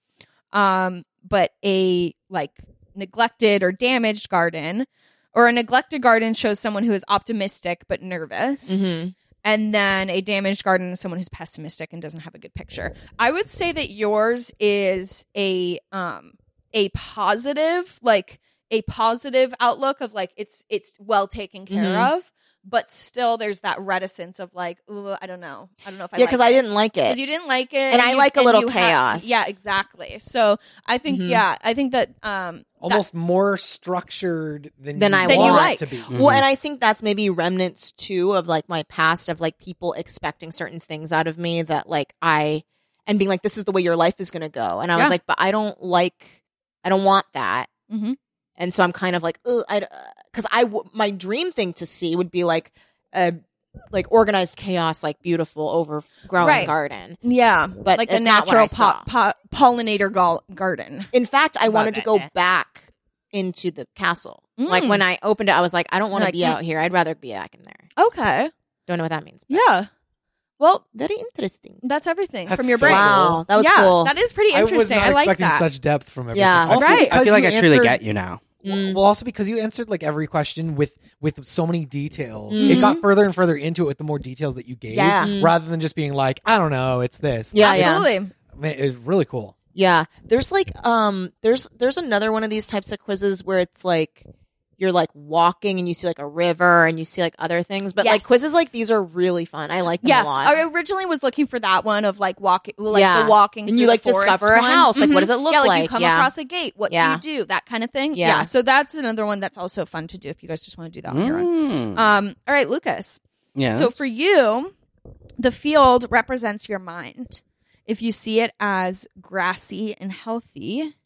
S3: Um, but a like neglected or damaged garden or a neglected garden shows someone who is optimistic but nervous
S1: Mhm.
S3: and then a damaged garden is someone who's pessimistic and doesn't have a good picture. I would say that yours is a um a positive like a positive outlook of like it's it's well taken care
S1: Mhm.
S3: of, but still there's that reticence of like ooh I don't know I don't know if I
S1: Yeah,
S3: because
S1: because I didn't like it.
S3: because you didn't like it
S1: And I
S3: you-
S1: like a little
S3: you ha-
S1: chaos.
S3: yeah, exactly. So I think
S1: Mhm.
S3: yeah I think that um
S4: Almost more structured than
S1: Than
S4: you
S1: I
S4: want
S3: want.
S4: it to be.
S1: Well,
S3: Mm-hmm.
S1: and I think that's maybe remnants too of like my past of like people expecting certain things out of me that like I and being like, this is the way your life is going to go. And I
S3: Yeah.
S1: was like, but I don't like, I don't want that.
S3: Mhm.
S1: And so I'm kind of like, because I, because I, w- my dream thing to see would be like a, like organized chaos, like beautiful overgrown
S3: Right.
S1: garden.
S3: yeah
S1: But
S3: like a
S1: it's not what
S3: natural
S1: I saw.
S3: po- po- pollinator gal- garden
S1: In fact, I
S2: Love
S1: wanted to
S2: it.
S1: go back into the castle. Like
S3: Mm.
S1: when I opened it, I was like, I don't want to
S3: Like,
S1: be
S3: mm.
S1: out here. I'd rather be back in there.
S3: okay
S1: Don't know what that means. but-
S3: yeah Well,
S6: Very interesting.
S3: that's everything
S4: That's
S3: from your
S4: so
S3: brain.
S4: cool.
S6: Wow, that was
S3: yeah,
S6: cool.
S3: That is pretty
S4: I was
S3: interesting.
S4: not
S3: I, like
S4: expecting
S3: that.
S4: such depth from everything.
S6: Yeah.
S4: Also,
S3: Right.
S4: because
S2: Mm-hmm. I feel like
S4: you
S2: I truly
S4: answered-
S2: get you now.
S6: Mm.
S4: Well, also because you answered like every question with with so many details,
S1: Mhm.
S3: Mm-hmm.
S4: it got further and further into it with the more details that you gave,
S6: Yeah.
S1: Mm.
S4: rather than just being like, I don't know, it's this.
S1: Oh,
S6: Yeah, yeah.
S3: Absolutely.
S4: Man, it's really cool.
S1: Yeah. There's like um there's there's another one of these types of quizzes where it's like you're like walking and you see like a river and you see like other things. But like
S3: Yes.
S1: quizzes like these are really fun. I like them a
S3: Yeah,
S1: lot.
S3: I originally was looking for that one of like walking, like
S1: Yeah.
S3: the walking,
S1: And
S3: through
S1: you, like,
S3: the forest
S1: discover a
S3: one.
S1: house, like, what
S3: Mhm.
S1: does it look
S3: yeah, like? You
S1: like?
S3: come
S1: Yeah.
S3: across a gate. What
S1: Yeah.
S3: do you do? That kind of thing.
S1: Yeah.
S3: So that's another one that's also fun to do if you guys just want to do that on your own.
S2: Mm.
S3: Um. All right, Lucas.
S2: yeah.
S3: So for you, the field represents your mind. If you see it as grassy and healthy,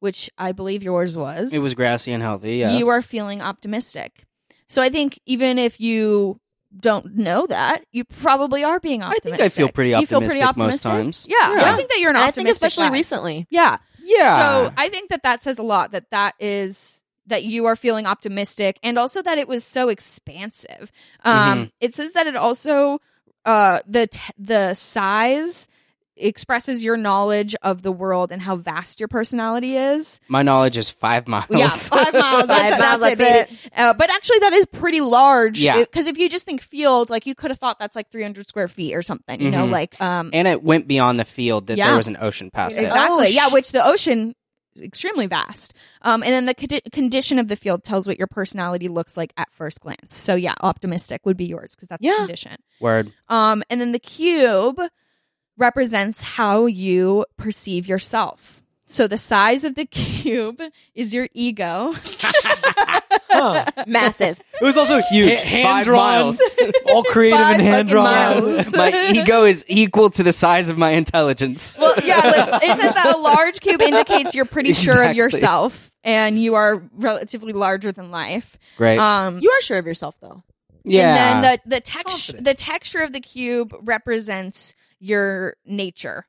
S3: which I believe yours was,
S2: it was grassy and healthy. Yes.
S3: you are feeling optimistic. So I think even if you don't know that, you probably are being
S2: think I
S3: optimistic.
S2: feel pretty
S3: You feel pretty
S2: optimistic most
S3: optimistic?
S2: times.
S3: Yeah,
S2: Yeah.
S3: I think that you're an
S1: And I
S3: optimistic.
S1: think especially
S3: guy.
S1: recently.
S3: Yeah.
S2: Yeah.
S3: So I think that that says a lot that that is that you are feeling optimistic and also that it was so expansive. Um, It says that it also uh, the t- the size expresses your knowledge of the world and how vast your personality is.
S2: my knowledge is five miles.
S3: Yeah, five miles. Oh,
S1: Five
S3: That's,
S1: miles,
S3: that's it,
S1: that's
S3: baby. Uh, but actually, that is pretty large.
S2: Yeah.
S3: Because if you just think field, like you could have thought that's like 300 square feet or something, you know,
S2: Mhm.
S3: like. Um,
S2: and it went beyond the field that
S3: Yeah.
S2: there was an ocean past it.
S3: Exactly.
S1: Oh,
S3: yeah,
S1: sh-
S3: which the ocean is extremely vast. Um, and then the condi- condition of the field tells what your personality looks like at first glance. So yeah, optimistic would be yours because that's
S1: Yeah.
S3: the condition.
S2: Word.
S3: Um, and then the cube represents how you perceive yourself. So the size of the cube is your ego.
S4: Huh.
S6: Massive.
S2: It was also huge.
S4: Ha- hand
S2: five
S4: drawn.
S2: miles.
S4: All creative
S3: Five
S4: and
S3: fucking
S4: hand drawn.
S3: miles.
S2: my ego is equal to the size of my intelligence.
S3: Well, yeah, like, it says that a large cube indicates you're pretty sure of
S2: Exactly.
S3: yourself and you are relatively larger than life.
S2: Great.
S3: Um,
S1: You are sure of yourself though.
S2: yeah.
S3: And then uh, the the texture
S4: Confident.
S3: the texture of the cube represents your nature.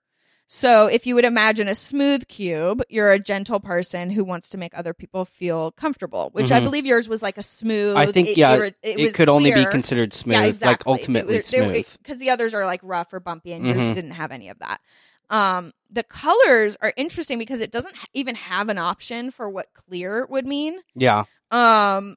S3: So if you would imagine a smooth cube, you're a gentle person who wants to make other people feel comfortable, which I
S2: Mhm.
S3: believe yours was like a smooth.
S2: I think,
S3: it,
S2: yeah,
S3: it,
S2: it could only be
S3: considered
S2: considered smooth, like ultimately smooth.
S3: Because the others are like rough or bumpy, and yours
S2: Mhm.
S3: didn't have any of that. Um, the colors are interesting because it doesn't ha- even have an option for what clear would mean.
S2: yeah.
S3: Um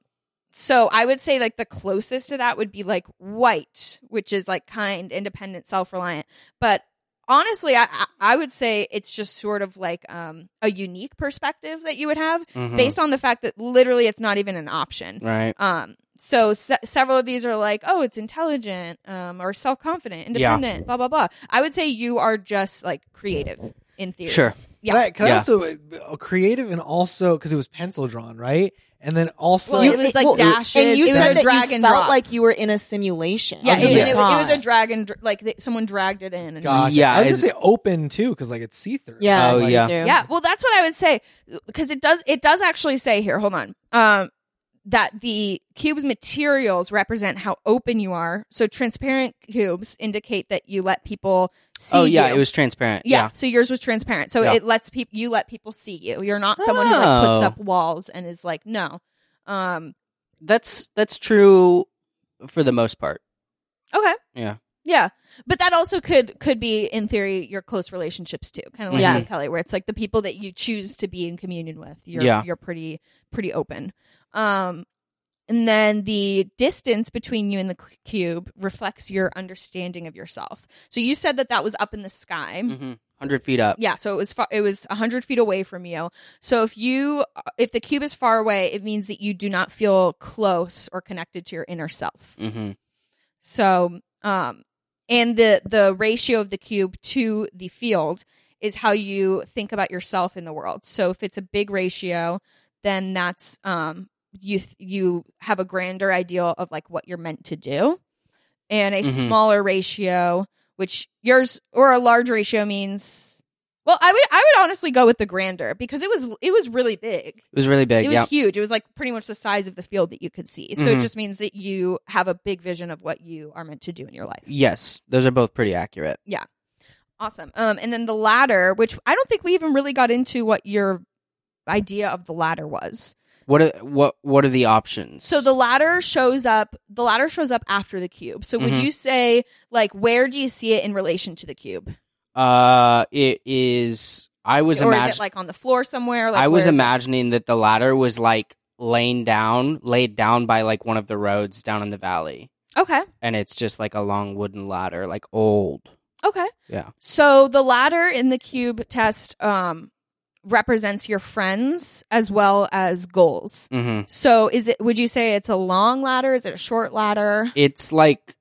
S3: so I would say like the closest to that would be like white, which is like kind, independent, self-reliant. But honestly, I I- I would say it's just sort of like um a unique perspective that you would have
S2: Mhm.
S3: based on the fact that literally it's not even an option.
S2: Right.
S3: Um so se- several of these are like, oh, it's intelligent, um, or self-confident,
S2: Yeah.
S3: independent, blah blah blah. I would say you are just like creative in theory.
S2: Sure.
S3: Yeah.
S4: Can I, can I
S2: Yeah.
S4: also uh, creative and also because it was pencil drawn, right? And then also
S3: Well, it was like dashes.
S1: And you
S3: it was
S1: said
S3: a
S1: that
S3: drag
S1: you
S3: and
S1: felt
S3: drop.
S1: like you were in a simulation.
S3: Yeah,
S2: I
S3: it,
S2: was
S3: was,
S2: gonna
S3: it,
S2: say
S3: was
S1: Yes.
S3: a drag and dr- like they, someone dragged it in. And
S4: Gotcha.
S2: Yeah,
S4: I was
S2: is-
S4: gonna say open too because like it's see through.
S1: Yeah.
S2: Oh,
S1: see
S2: yeah.
S1: through.
S3: yeah, well, that's what I would say because it does it does actually say here. Hold on, um, that the cube's materials represent how open you are. So transparent cubes indicate that you let people see.
S2: Oh, yeah.
S3: you.
S2: It was transparent.
S3: Yeah,
S2: Yeah.
S3: so yours was transparent. So
S2: Yeah.
S3: it lets people you let people see you. You're not someone who like puts
S2: Oh.
S3: up walls and is like no. Um,
S2: That's that's true for the most part.
S3: okay.
S2: Yeah.
S3: Yeah, but that also could could be in theory your close relationships too, kind of like
S1: Yeah.
S3: with Kelly, where it's like the people that you choose to be in communion with. You're
S2: Yeah.
S3: you're pretty pretty open. Um, and then the distance between you and the c- cube reflects your understanding of yourself. So you said that that was up in the sky.
S2: Mm-hmm. Hundred feet up.
S3: Yeah, so it was far, it was 100 feet away from you. So if you if the cube is far away, it means that you do not feel close or connected to your inner self.
S2: Mm-hmm.
S3: So, um, and the the ratio of the cube to the field is how you think about yourself in the world. So if it's a big ratio, then that's um you you have a grander ideal of like what you're meant to do, and a
S2: Mhm.
S3: smaller ratio, which yours or a large ratio means. Well, I would I would honestly go with the grander because it was it was really big.
S2: It was really big.
S3: It was
S2: yeah.
S3: huge. It was like pretty much the size of the field that you could see. So it
S2: Mhm.
S3: just means that you have a big vision of what you are meant to do in your life.
S2: Yes. Those are both pretty accurate.
S3: Awesome. Um, and then the ladder, which I don't think we even really got into what your idea of the ladder was.
S2: What are what what are the options?
S3: So the ladder shows up. The ladder shows up after the cube. So would
S2: Mhm.
S3: you say like where do you see it in relation to the cube,
S2: uh, it is. I was
S3: or
S2: imagining.
S3: is it like on the floor somewhere? Like,
S2: I
S3: where
S2: was
S3: is it?
S2: imagining that the ladder was like laying down, laid down by like one of the roads down in the valley,
S3: Okay.
S2: and it's just like a long wooden ladder, like old.
S3: Okay.
S2: Yeah.
S3: So the ladder in the cube test um, represents your friends as well as goals.
S2: hmm
S3: So is it? Would you say it's a long ladder? Is it a short ladder?
S2: It's like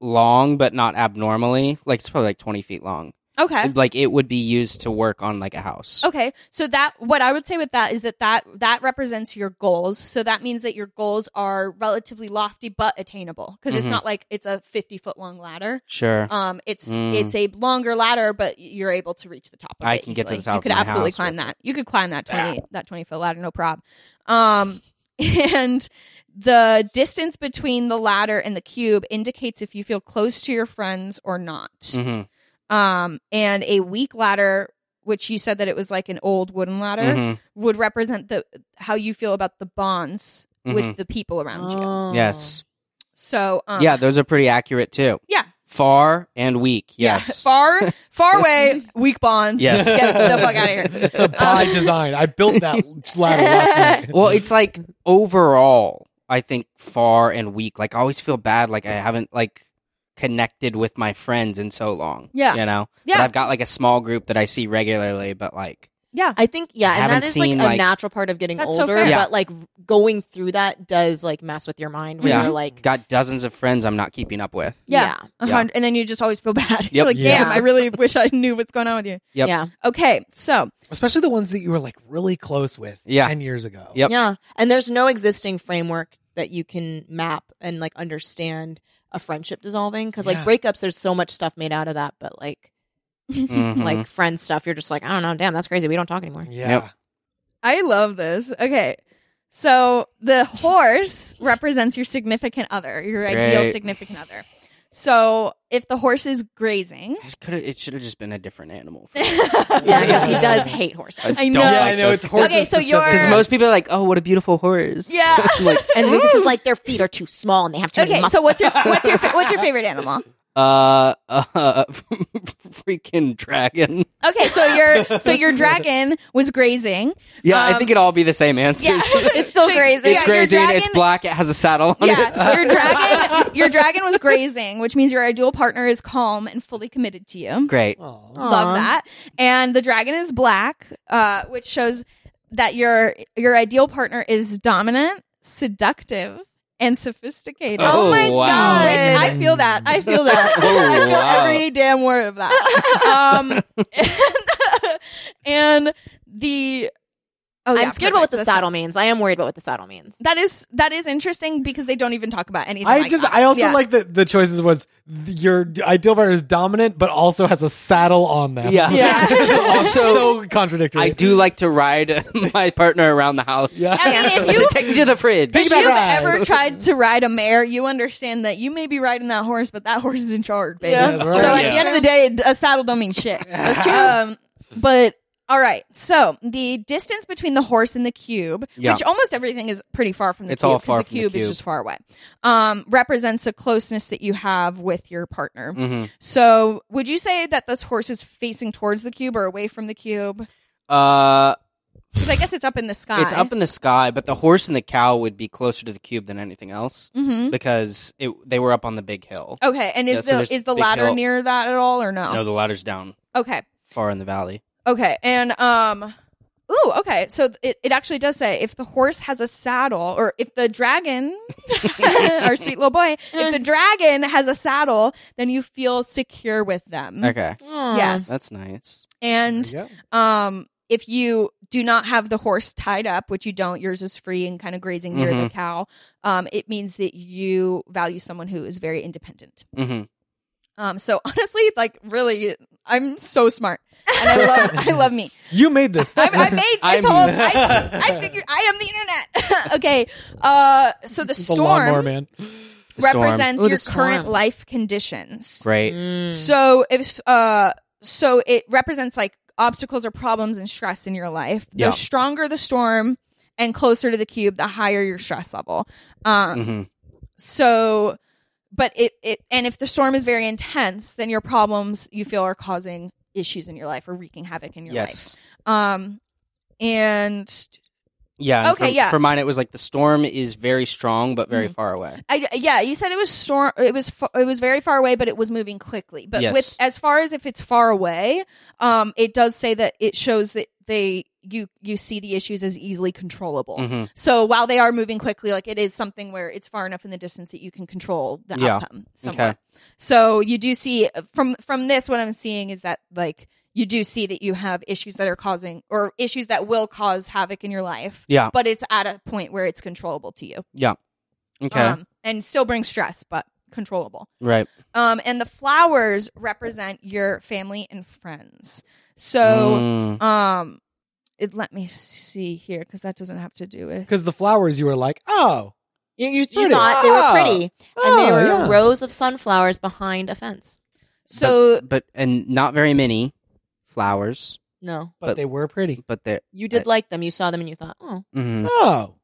S2: long, but not abnormally. Like it's probably like twenty feet long.
S3: Okay. Oh.
S2: Like it would be used to work on like a house.
S3: Okay. So that what I would say with that is that that that represents your goals. So that means that your goals are relatively lofty but attainable because it's
S2: Mhm.
S3: not like it's a 50 foot long ladder.
S2: Sure.
S3: Um it's
S2: Mm.
S3: it's a longer ladder but you're able to reach the top of
S2: I
S3: it
S2: can get to the
S3: easily.
S2: top
S3: You
S2: of
S3: could
S2: my
S3: absolutely
S2: house
S3: climb
S2: with-
S3: that. You could climb that 20 that 20 foot ladder no problem. Um and the distance between the ladder and the cube indicates if you feel close to your friends or not
S2: hmm
S3: um, and a weak ladder, which you said that it was like an old wooden ladder,
S2: Mm-hmm.
S3: would represent the how you feel about the bonds
S2: Mm-hmm.
S3: with the people around
S1: Oh.
S3: you.
S2: Yes.
S3: So um,
S2: yeah, those are pretty accurate too.
S3: yeah,
S2: Far and weak. Yes.
S3: yeah. Far, far away, weak bonds.
S2: Yes.
S3: get the fuck out of here. Um,
S4: By design, I built that ladder last night.
S2: well, it's like overall, I think far and weak. Like I always feel bad like I haven't like connected with my friends in so long.
S3: Yeah.
S2: You know? But
S3: Yeah,
S2: I've got like a small group that I see regularly, but like
S3: yeah,
S1: I think yeah,
S2: I
S1: and
S2: haven't
S1: that is
S2: seen,
S1: like a
S2: like-
S1: natural part of getting
S3: That's so
S1: older,
S3: fair.
S2: Yeah.
S1: but like going through that does like mess with your mind where
S2: Yeah.
S1: you're like
S2: got dozens of friends I'm not keeping up with.
S3: yeah. A
S2: Yeah.
S3: hundred, and then you just always feel bad. You're
S2: Yep.
S3: like,
S4: Yeah.
S3: damn, I really wish I knew what's going on with you.
S2: Yep.
S1: yeah.
S3: Okay, so
S4: Especially the ones that you were like really close with
S2: Yeah.
S4: 10 years ago.
S2: Yep.
S1: Yeah. And there's no existing framework that you can map and like understand a friendship dissolving because like
S4: Yeah.
S1: breakups there's so much stuff made out of that but like
S2: Mhm.
S1: like friend stuff you're just like i don't know damn that's crazy we don't talk anymore
S4: Yeah.
S2: Yep.
S3: I love this. Okay. So the horse represents your significant other, your ideal
S2: Great.
S3: significant other. So if the horse is grazing,
S2: it could it should have just been a different animal.
S1: yeah because he does hate horses
S3: I
S2: don't
S3: know.
S4: Yeah,
S2: like
S4: I know
S2: those
S4: it's horses.
S3: Okay, so
S4: specific.
S3: your-
S2: Because most people are like, "Oh, what a beautiful horse!"
S3: Yeah.
S2: I'm like,
S1: and lucas is like their feet are too small and they have too many
S3: okay. So
S1: muscles
S3: what's your what's your fa- what's your favorite animal?
S2: uh, uh freaking dragon.
S3: Okay, so your so your dragon was grazing.
S2: Yeah,
S3: Um,
S2: I think it'd all be the same answer.
S3: Yeah, it's still
S1: grazing.
S2: it's crazy. It's black. It has a saddle on it.
S3: Yeah, your dragon your dragon was grazing, which means your ideal partner is calm and fully committed to you.
S2: Great.
S4: Aw.
S3: Love
S1: Aw.
S3: that. And the dragon is black, uh, which shows that your your ideal partner is dominant, seductive, and sophisticated.
S2: Oh, Oh my wow. God.
S3: Which I feel that. I feel that.
S2: Oh,
S3: I feel
S2: wow.
S3: every damn word of that. Um, and, and the oh,
S1: i'm
S3: yeah,
S1: scared about what
S3: perfect.
S1: the
S3: That's
S1: saddle means i am worried about what the saddle means
S3: That is that is interesting because they don't even talk about anything.
S4: I
S3: like
S4: just,
S3: that.
S4: I also
S3: Yeah.
S4: like that the choices was th- your ideal partner is dominant, but also has a saddle on them.
S2: Yeah.
S3: Yeah.
S2: Also,
S4: so contradictory.
S2: I do like to ride my partner around the house.
S4: Yeah.
S3: I mean, if
S2: I
S3: you
S2: said, take me to the fridge.
S3: If
S4: Piggyback
S3: you've
S4: ride.
S3: ever tried to ride a mare, you understand that you may be riding that horse, but that horse is in charge, baby.
S4: Yeah, that's right.
S3: So at
S2: Yeah.
S3: the end of the day, it- a saddle don't mean shit. That's true. Um, but all right, so the distance between the horse and the cube,
S2: Yeah.
S3: which almost everything is pretty far from the
S2: It's
S3: cube,
S2: all far
S3: the
S2: from the
S3: cube is
S2: cube.
S3: just far away, um, represents the closeness that you have with your partner.
S2: Mhm.
S3: So would you say that this horse is facing towards the cube or away from the cube?
S2: Uh,
S3: Because I guess it's up in the sky.
S2: it's up in the sky, but the horse and the cow would be closer to the cube than anything else
S3: hmm
S2: because it, they were up on the big hill.
S3: Okay, and
S2: Yeah,
S3: is
S2: so there's
S3: the is the
S2: big
S3: ladder
S2: hill.
S3: near that at all or
S2: No, the ladder's down
S3: Okay.
S2: far in the valley.
S3: Okay. And um Ooh, okay. So th- it, it actually does say if the horse has a saddle or if the dragon our sweet little boy, if the dragon has a saddle, then you feel secure with them.
S2: Okay,
S3: Yes.
S2: that's nice.
S3: And
S4: Yeah.
S3: um if you do not have the horse tied up, which you don't, yours is free and kind of grazing near
S2: Mm-hmm.
S3: the cow, um, it means that you value someone who is very independent.
S2: hmm
S3: Um, so honestly, like really, I'm so smart, and I love, I love me.
S4: You made this.
S3: I, I made
S2: I'm-
S3: this whole. I, I figured I am the internet. okay, uh, so the
S4: It's a lawnmower
S3: storm
S4: man.
S2: The storm.
S3: represents Mm.
S1: Ooh, the
S3: your current
S1: storm.
S3: life conditions.
S2: Great.
S3: So if uh, so it represents like obstacles or problems and stress in your life. The
S2: Yeah.
S3: stronger the storm and closer to the cube, the higher your stress level. Um,
S2: hmm
S3: so, but it, it, and if the storm is very intense, then your problems you feel are causing issues in your life or wreaking havoc in your
S2: Yes.
S3: life. Um, and
S2: Yeah. and
S3: Okay,
S2: For,
S3: yeah. Mm-hmm.
S2: For mine, it was like the storm is very strong but very far away.
S3: I, yeah, you said it was storm. It was fa- it was very far away, but it was moving quickly. But
S2: Yes.
S3: with as far as if it's far away, um, it does say that it shows that they you you see the issues as easily controllable.
S2: Mhm.
S3: So while they are moving quickly, like it is something where it's far enough in the distance that you can control the
S2: Yeah.
S3: outcome somewhat. So you do see from from this what I'm seeing is that like you do see that you have issues that are causing or issues that will cause havoc in your life,
S2: Yeah.
S3: but it's at a point where it's controllable to you.
S2: Okay.
S3: Um, and still brings stress, but controllable.
S2: right.
S3: Um, and the flowers represent your family and friends. So,
S2: Mm.
S3: um, it, let me see here because that doesn't have to do with.
S4: Because the flowers, you were like, oh,
S1: You, you, you
S4: Pretty.
S1: thought they were
S4: Ah.
S1: pretty,
S4: oh,
S1: and they were
S4: yeah.
S1: rows of sunflowers behind a fence.
S3: So,
S2: but, but and not very many flowers,
S1: No,
S4: but, they were pretty.
S2: but they're
S1: you did like them. You saw them, and you thought, oh,
S2: mhm.
S4: Oh,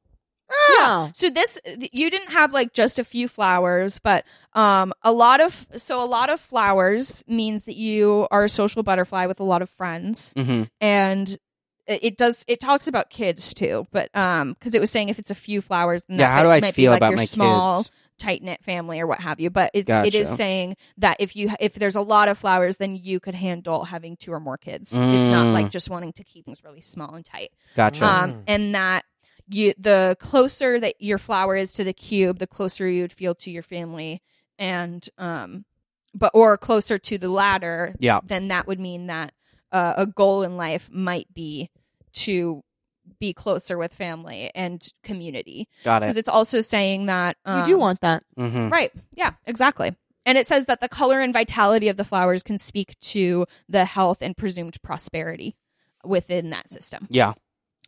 S1: oh,
S3: so this you didn't have like just a few flowers, but um, a lot of so a lot of flowers means that you are a social butterfly with a lot of friends.
S2: Mhm.
S3: and it it does it talks about kids too but um because it was saying if it's a few flowers then
S2: Yeah.
S3: that
S2: How do
S3: might-
S2: I
S3: might be
S2: feel
S3: like
S2: about
S3: your
S2: my
S3: small
S2: kids?
S3: tight knit family or what have you but it, it
S2: Gotcha.
S3: is saying that if you if there's a lot of flowers then you could handle having two or more kids it's not
S2: Mm.
S3: like just wanting to keep things really small and tight
S2: Gotcha.
S4: Ah.
S3: um and that you the closer that your flower is to the cube the closer you would feel to your family and um but or closer to the latter
S2: yeah.
S3: then that would mean that uh, a goal in life might be to be closer with family and community
S2: Got
S3: because
S2: it.
S3: it's also saying that um,
S1: you do want that.
S2: hmm
S3: right yeah exactly and it says that the color and vitality of the flowers can speak to the health and presumed prosperity within that system
S2: Yeah.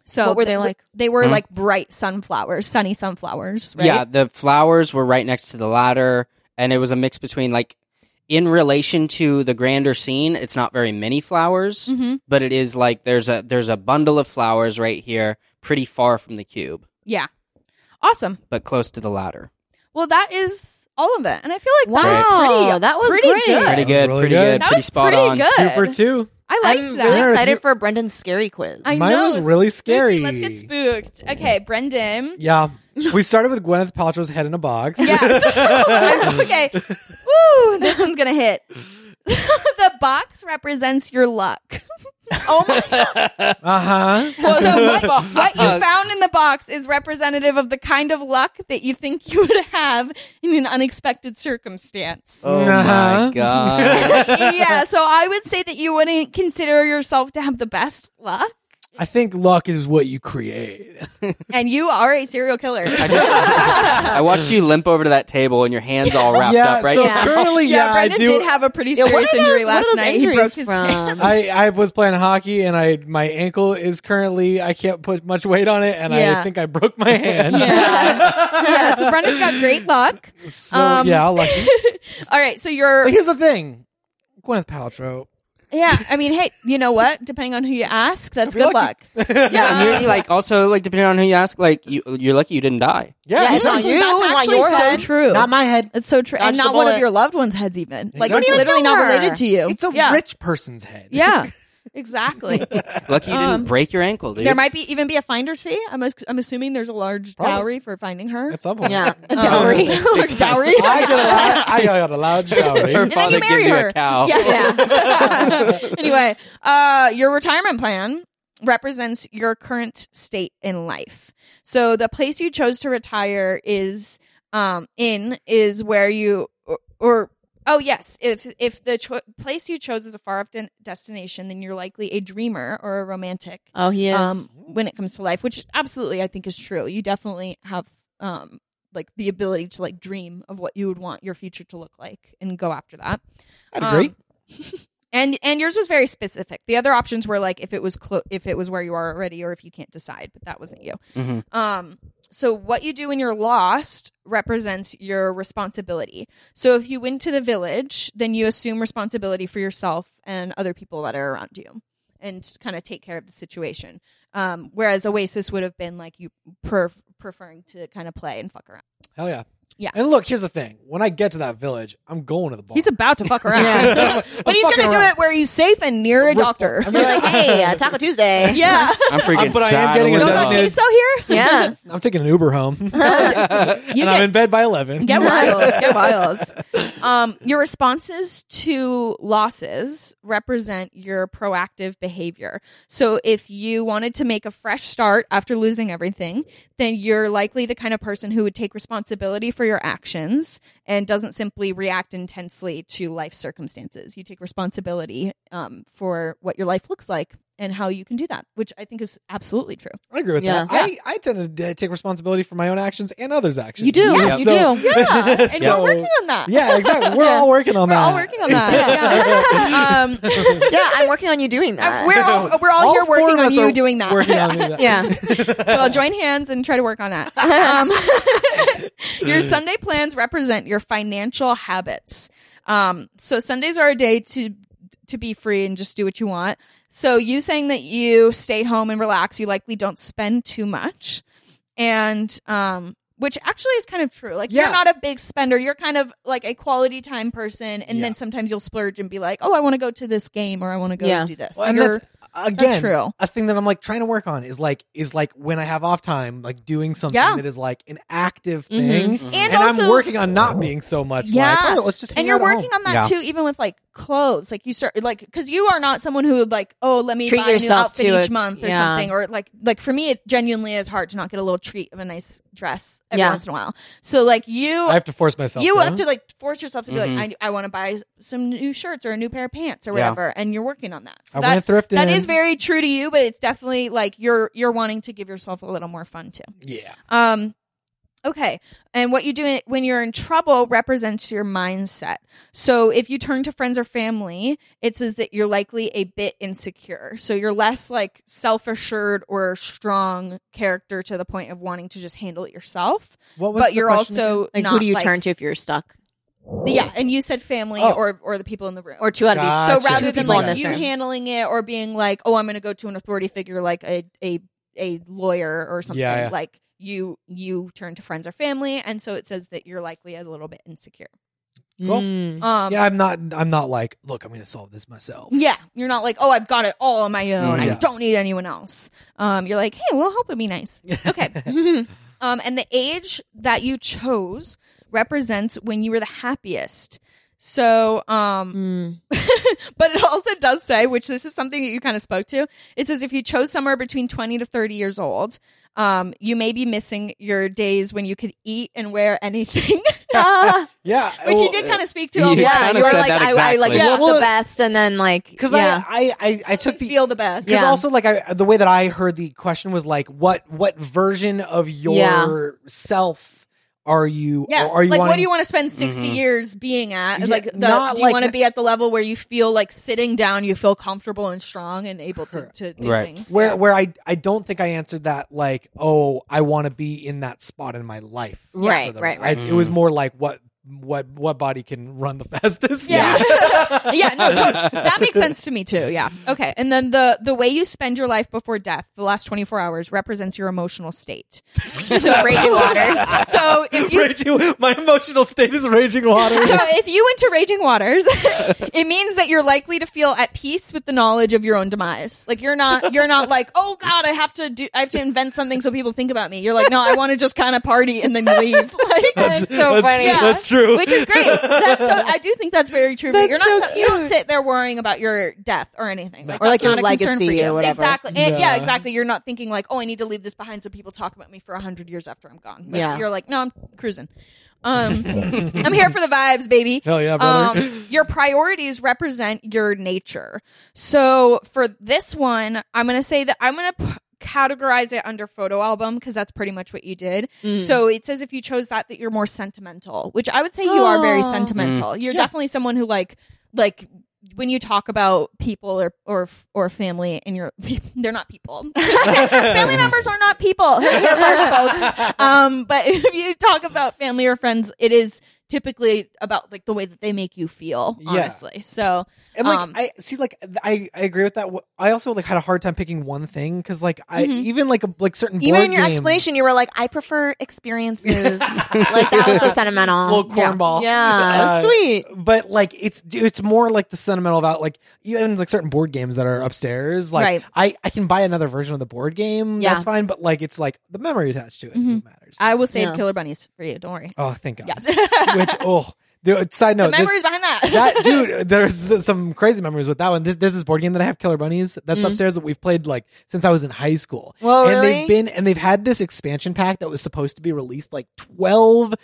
S3: so
S1: What were they
S3: th-
S1: like?
S3: they were
S2: Hmm?
S3: like bright sunflowers sunny sunflowers right
S2: Yeah, the flowers were right next to the ladder, and it was a mix between like in relation to the grander scene. It's not very many flowers,
S3: hmm
S2: but it is like there's a there's a bundle of flowers right here, pretty far from the cube,
S3: yeah awesome
S2: but close to the ladder.
S3: well that is all of it and i feel like
S1: Wow,
S3: that was pretty
S1: that was
S3: pretty
S1: great.
S3: good.
S2: Pretty
S4: That was
S2: good,
S4: really
S2: pretty
S4: good.
S2: good,
S3: That
S2: pretty
S3: was
S2: spot
S3: pretty
S2: on.
S3: good.
S4: two for two.
S3: i liked
S1: I'm
S3: that
S1: really excited
S4: you-
S1: for Brendan's scary quiz.
S3: I
S4: Mine
S3: know,
S4: was
S3: it's
S4: really
S3: spooky.
S4: scary.
S3: Let's get spooked. Okay, Brendan.
S4: Yeah, we started with Gwyneth Paltrow's head in a box.
S3: Yeah. okay. Woo! This one's gonna hit. the box represents your luck. oh my god!
S4: uh huh.
S3: So what, what you found in the box is representative of the kind of luck that you think you would have in an unexpected circumstance.
S2: Oh
S4: Uh-huh.
S2: my god!
S3: yeah. So I would say that you wouldn't consider yourself to have the best luck,
S4: I think luck is what you create.
S3: and you are a serial killer.
S2: I, just, I watched you limp over to that table, and your hands all wrapped
S4: yeah.
S2: up, right?
S4: So
S1: Yeah.
S4: currently,
S3: yeah,
S4: yeah, I
S3: Brendan
S4: do.
S3: did have a pretty
S1: Yeah,
S3: serious
S1: what are those-
S3: injury
S1: what are
S3: last
S1: those
S3: night. He
S1: injuries
S3: broke his
S1: from?
S3: hand.
S4: I, I was playing hockey and I my ankle is currently I can't put much weight on it and
S3: Yeah.
S4: I think I broke my hand.
S3: Yeah. yeah, so Brendan's got great luck.
S4: So
S3: Um,
S4: yeah, lucky.
S3: All right, so you're
S4: But here's the thing, Gwyneth Paltrow.
S3: yeah. I mean, hey, you know what? Depending on who you ask, that's good luck.
S2: Yeah, and you're like also like depending on who you ask, like you you're lucky you didn't die.
S4: Yeah,
S1: Yeah,
S4: yeah
S1: it's not
S4: exactly.
S1: you,
S3: That's
S1: we want
S3: actually
S1: your
S3: so
S1: head.
S3: true.
S4: not my head.
S3: it's so true,
S1: Dodged
S3: and
S1: the
S3: not one of
S1: bullet.
S3: your loved one's heads even. Like
S4: Exactly.
S3: it's literally not
S1: Don't even know
S3: related to you.
S4: It's a
S3: Oh, yeah,
S4: rich person's head.
S3: yeah, exactly.
S2: Lucky you didn't
S3: Um,
S2: break your ankle, dude.
S3: there might be even be a finder's fee. I'm as- I'm assuming there's a large
S4: Probably. Oh,
S3: dowry for finding her.
S4: At some point.
S1: yeah, a
S3: Um,
S1: dowry.
S3: large dowry.
S4: I got a loud, I got a loud
S2: Her
S4: dowry.
S3: then
S2: father
S3: you marry
S2: gives you
S3: her.
S2: a cow.
S3: Yeah. yeah. anyway, uh, your retirement plan represents your current state in life. So the place you chose to retire is um, in is where you or, or oh yes, if if the cho- place you chose is a far off den- destination, then you're likely a dreamer or a romantic.
S1: oh, he is.
S3: Um, when it comes to life, which absolutely I think is true. You definitely have um like the ability to like dream of what you would want your future to look like and go after that.
S4: I'd
S3: Um,
S4: agree.
S3: and and yours was very specific. The other options were like if it was clo- if it was where you are already, or if you can't decide. But that wasn't you.
S2: Mhm.
S4: Mm-hmm.
S3: Um. So what you do when you're lost represents your responsibility. So if you went to the village, then you assume responsibility for yourself and other people that are around you, and kind of take care of the situation. Um, whereas Oasis would have been like you perf- preferring to kind of play and fuck around.
S4: Hell yeah.
S3: Yeah.
S4: And look, here's the thing. When I get to that village, I'm going to the bar.
S3: He's about to fuck around,
S4: Yeah.
S3: but he's gonna
S4: I'm fucking
S3: do
S4: around.
S3: it where he's safe and near a
S4: Resp-
S3: doctor.
S1: And be like, hey, uh, Taco Tuesday.
S3: yeah,
S2: I'm freaking
S4: Um, but I am
S2: sad
S4: getting a
S3: don't
S2: with
S4: Yeah.
S3: let
S2: love.
S4: designated-
S3: queso here.
S1: Yeah.
S4: I'm taking an Uber home. and
S3: You
S4: I'm
S3: get-
S4: in bed by 11.
S3: Get wild. Get wild. Um, your responses to losses represent your proactive behavior. So if you wanted to make a fresh start after losing everything, then you're likely the kind of person who would take responsibility for your actions and doesn't simply react intensely to life circumstances. You take responsibility um, for what your life looks like and how you can do that, which I think is absolutely true.
S4: I agree with
S1: Yeah.
S4: that. I, I tend to uh, take responsibility for my own actions and others' actions.
S1: You do.
S3: Yes,
S1: you
S4: So-
S1: do.
S3: Yeah, Ah, and
S4: So-
S3: we're working on that.
S4: Yeah, exactly. We're
S1: Yeah.
S4: all working on
S3: We're
S4: that.
S3: all working on that. Yeah. um,
S1: Yeah, I'm working on you doing that.
S3: Uh, we're all we're all,
S4: All
S3: here
S4: four
S3: working
S4: of
S3: on
S4: us
S3: you
S4: are
S3: doing that.
S4: Working on that.
S1: yeah.
S3: so I'll join hands and try to work on that. Um, your Sunday plans represent your financial habits. Um, so Sundays are a day to to be free and just do what you want. So you saying that you stay home and relax, you likely don't spend too much, and um, which actually is kind of true. Like
S4: Yeah.
S3: you're not a big spender. You're kind of like a quality time person, and
S4: Yeah.
S3: then sometimes you'll splurge and be like, "Oh, I want to go to this game, or I want to go
S1: Yeah.
S3: do this."
S4: Well, and
S3: You're-
S4: that's again
S3: true.
S4: a thing that I'm like trying to work on is like is like when I have off time, like doing something
S3: Yeah. Mm-hmm.
S4: that is like an active
S1: Mhm.
S4: thing.
S2: Mhm.
S3: And also-
S4: I'm working on not being so much
S3: Yeah.
S4: like, oh, let's just hang
S3: and you're
S4: out at
S3: working
S4: home.
S3: on that
S2: Yeah.
S3: too even with like clothes like you start like because you are not someone who would like oh let me
S1: Treat
S3: buy a new
S1: yourself
S3: outfit
S1: to
S3: each
S1: a-
S3: month or
S1: yeah.
S3: something or like like for me it genuinely is hard to not get a little treat of a nice dress every
S1: Yeah.
S3: once in a while so like you
S4: I have to force myself.
S3: you
S4: to,
S3: have to like force yourself to be
S2: Mhm.
S3: like I, I want to buy s- some new shirts or a new pair of pants or
S2: Yeah.
S3: whatever and you're working on that so
S4: I
S3: that,
S4: went thrifting.
S3: that is very true to you but it's definitely like you're you're wanting to give yourself a little more fun too
S4: yeah.
S3: um, okay. And what you do when you're in trouble represents your mindset. So if you turn to friends or family, it says that you're likely a bit insecure. So you're less like self assured or strong character to the point of wanting to just handle it yourself.
S4: What
S3: but you're also
S1: Like,
S3: not
S1: who do you
S3: like-
S1: turn to if you're stuck?
S3: Yeah, and you said family
S4: Oh.
S3: or or the people in the room.
S1: Or two out of
S4: Gotcha.
S3: so
S1: these.
S3: rather
S1: two
S3: than
S1: people in
S3: like
S1: this
S3: you
S1: room.
S3: handling it or being like, oh, I'm going to go to an authority figure like a a a lawyer or something
S4: Yeah, yeah.
S3: like you you turn to friends or family, and so it says that you're likely a little bit insecure.
S4: Cool.
S1: Mm.
S3: Um,
S4: Yeah, I'm not. I'm not like. Look, I'm going to solve this myself.
S3: yeah, you're not like, oh, I've got it all on my own. I
S4: Mm, Yeah.
S3: don't need anyone else. Um, you're like, hey, we'll help would be nice. Okay. Um, and the age that you chose represents when you were the happiest. So, um,
S1: Mm.
S3: but it also does say, which this is something that you kind of spoke to. It says if you chose somewhere between 20 to 30 years old, um, you may be missing your days when you could eat and wear anything,
S1: Ah.
S4: Yeah,
S3: which you
S4: well, uh,
S3: did kind of speak to.
S2: You
S3: a
S2: kinda
S1: yeah,
S3: lot.
S1: you
S2: kinda
S1: were
S2: said
S1: like,
S2: that
S1: I, I like
S2: exactly.
S1: want
S4: Yeah.
S1: the best, and then like,
S4: Because
S1: yeah,
S4: I, I, I, I took the
S3: feel the best.
S4: Because
S1: Yeah.
S4: also, like, I, the way that I heard the question was like, what what version of your self are you?
S3: Yeah.
S4: Or are you
S3: like, what
S4: wanting-
S3: do you want to spend 60
S2: Mhm.
S3: years being at?
S4: Yeah,
S3: like, the, do you
S4: not like
S3: want to
S4: the-
S3: be at the level where you feel like sitting down, you feel comfortable and strong and able to, to do
S2: Right.
S3: things?
S4: Where where I I don't think I answered that like, oh, I want to be in that spot in my life.
S1: Right,
S4: For the-
S1: right,
S4: I- It was more like what what what body can run the fastest.
S3: Yeah. yeah, no, totally. that makes sense to me too. Yeah. Okay. And then the the way you spend your life before death, the last 24 hours represents your emotional state. So
S1: Raging Waters.
S3: So if you
S4: Raging, my emotional state is raging waters.
S3: so if you went to Raging Waters, it means that you're likely to feel at peace with the knowledge of your own demise. Like you're not you're not like, "Oh god, I have to do I have to invent something so people think about me." You're like, "No, I want to just kind of party and then leave." Like
S1: so
S4: that's,
S1: funny.
S3: Yeah.
S4: That's true.
S3: which is great. That's so, I do think that's very true. but
S1: That's
S3: you're not
S1: so
S3: so, you don't
S1: cute.
S3: sit there worrying about your death or anything,
S1: Or, like,
S3: that's
S1: your
S3: not a concern
S1: legacy
S3: for you.
S1: or whatever.
S3: Exactly. And- yeah.
S4: Yeah.
S3: exactly. You're not thinking like, oh, I need to leave this behind so people talk about me for hundred years after I'm gone. Like,
S1: Yeah.
S3: you're like, no, I'm cruising. Um, I'm here for the vibes, baby.
S4: Hell yeah, brother.
S3: Um, your priorities represent your nature. So for this one, I'm going to say that I'm going to p- categorize it under photo album because that's pretty much what you did.
S4: Mm.
S3: So it says if you chose that, that you're more sentimental, which I would say you are very
S1: Aw.
S4: Oh.
S3: sentimental.
S4: Mm.
S3: You're definitely someone who like, like when you talk about people or or or family and your they're not people family members are not people Heard it here first folks um but if you talk about family or friends it is typically about like the way that they make you feel,
S4: Yeah.
S3: honestly. So
S4: And like
S3: Um,
S4: I see, like th- I, I agree with that. Wh- I also like had a hard time picking one thing because like I
S3: Mhm.
S4: even like a, like certain
S1: Even
S4: board
S1: in your
S4: games-
S1: explanation, you were like, "I prefer experiences." like that was so sentimental.
S4: little cornball.
S1: Yeah, that was
S4: Uh,
S1: sweet.
S4: But like it's it's more like the sentimental about like even like certain board games that are upstairs. Like
S3: Right.
S4: I I can buy another version of the board game.
S1: Yeah.
S4: That's fine. But like it's like the memory attached to it is what matters.
S3: I will save
S1: Yeah.
S3: killer bunnies for you. Don't worry.
S4: oh, thank God.
S3: Yeah.
S4: Which oh, dude, side
S3: the
S4: note.
S3: memories
S4: this,
S3: behind that.
S4: that dude, there's some crazy memories with that one. There's, there's this board game that I have, Killer Bunnies, that's
S1: Mm.
S4: upstairs that we've played like since I was in high school.
S1: Whoa,
S4: and
S1: really?
S4: they've been and they've had this expansion pack that was supposed to be released like 12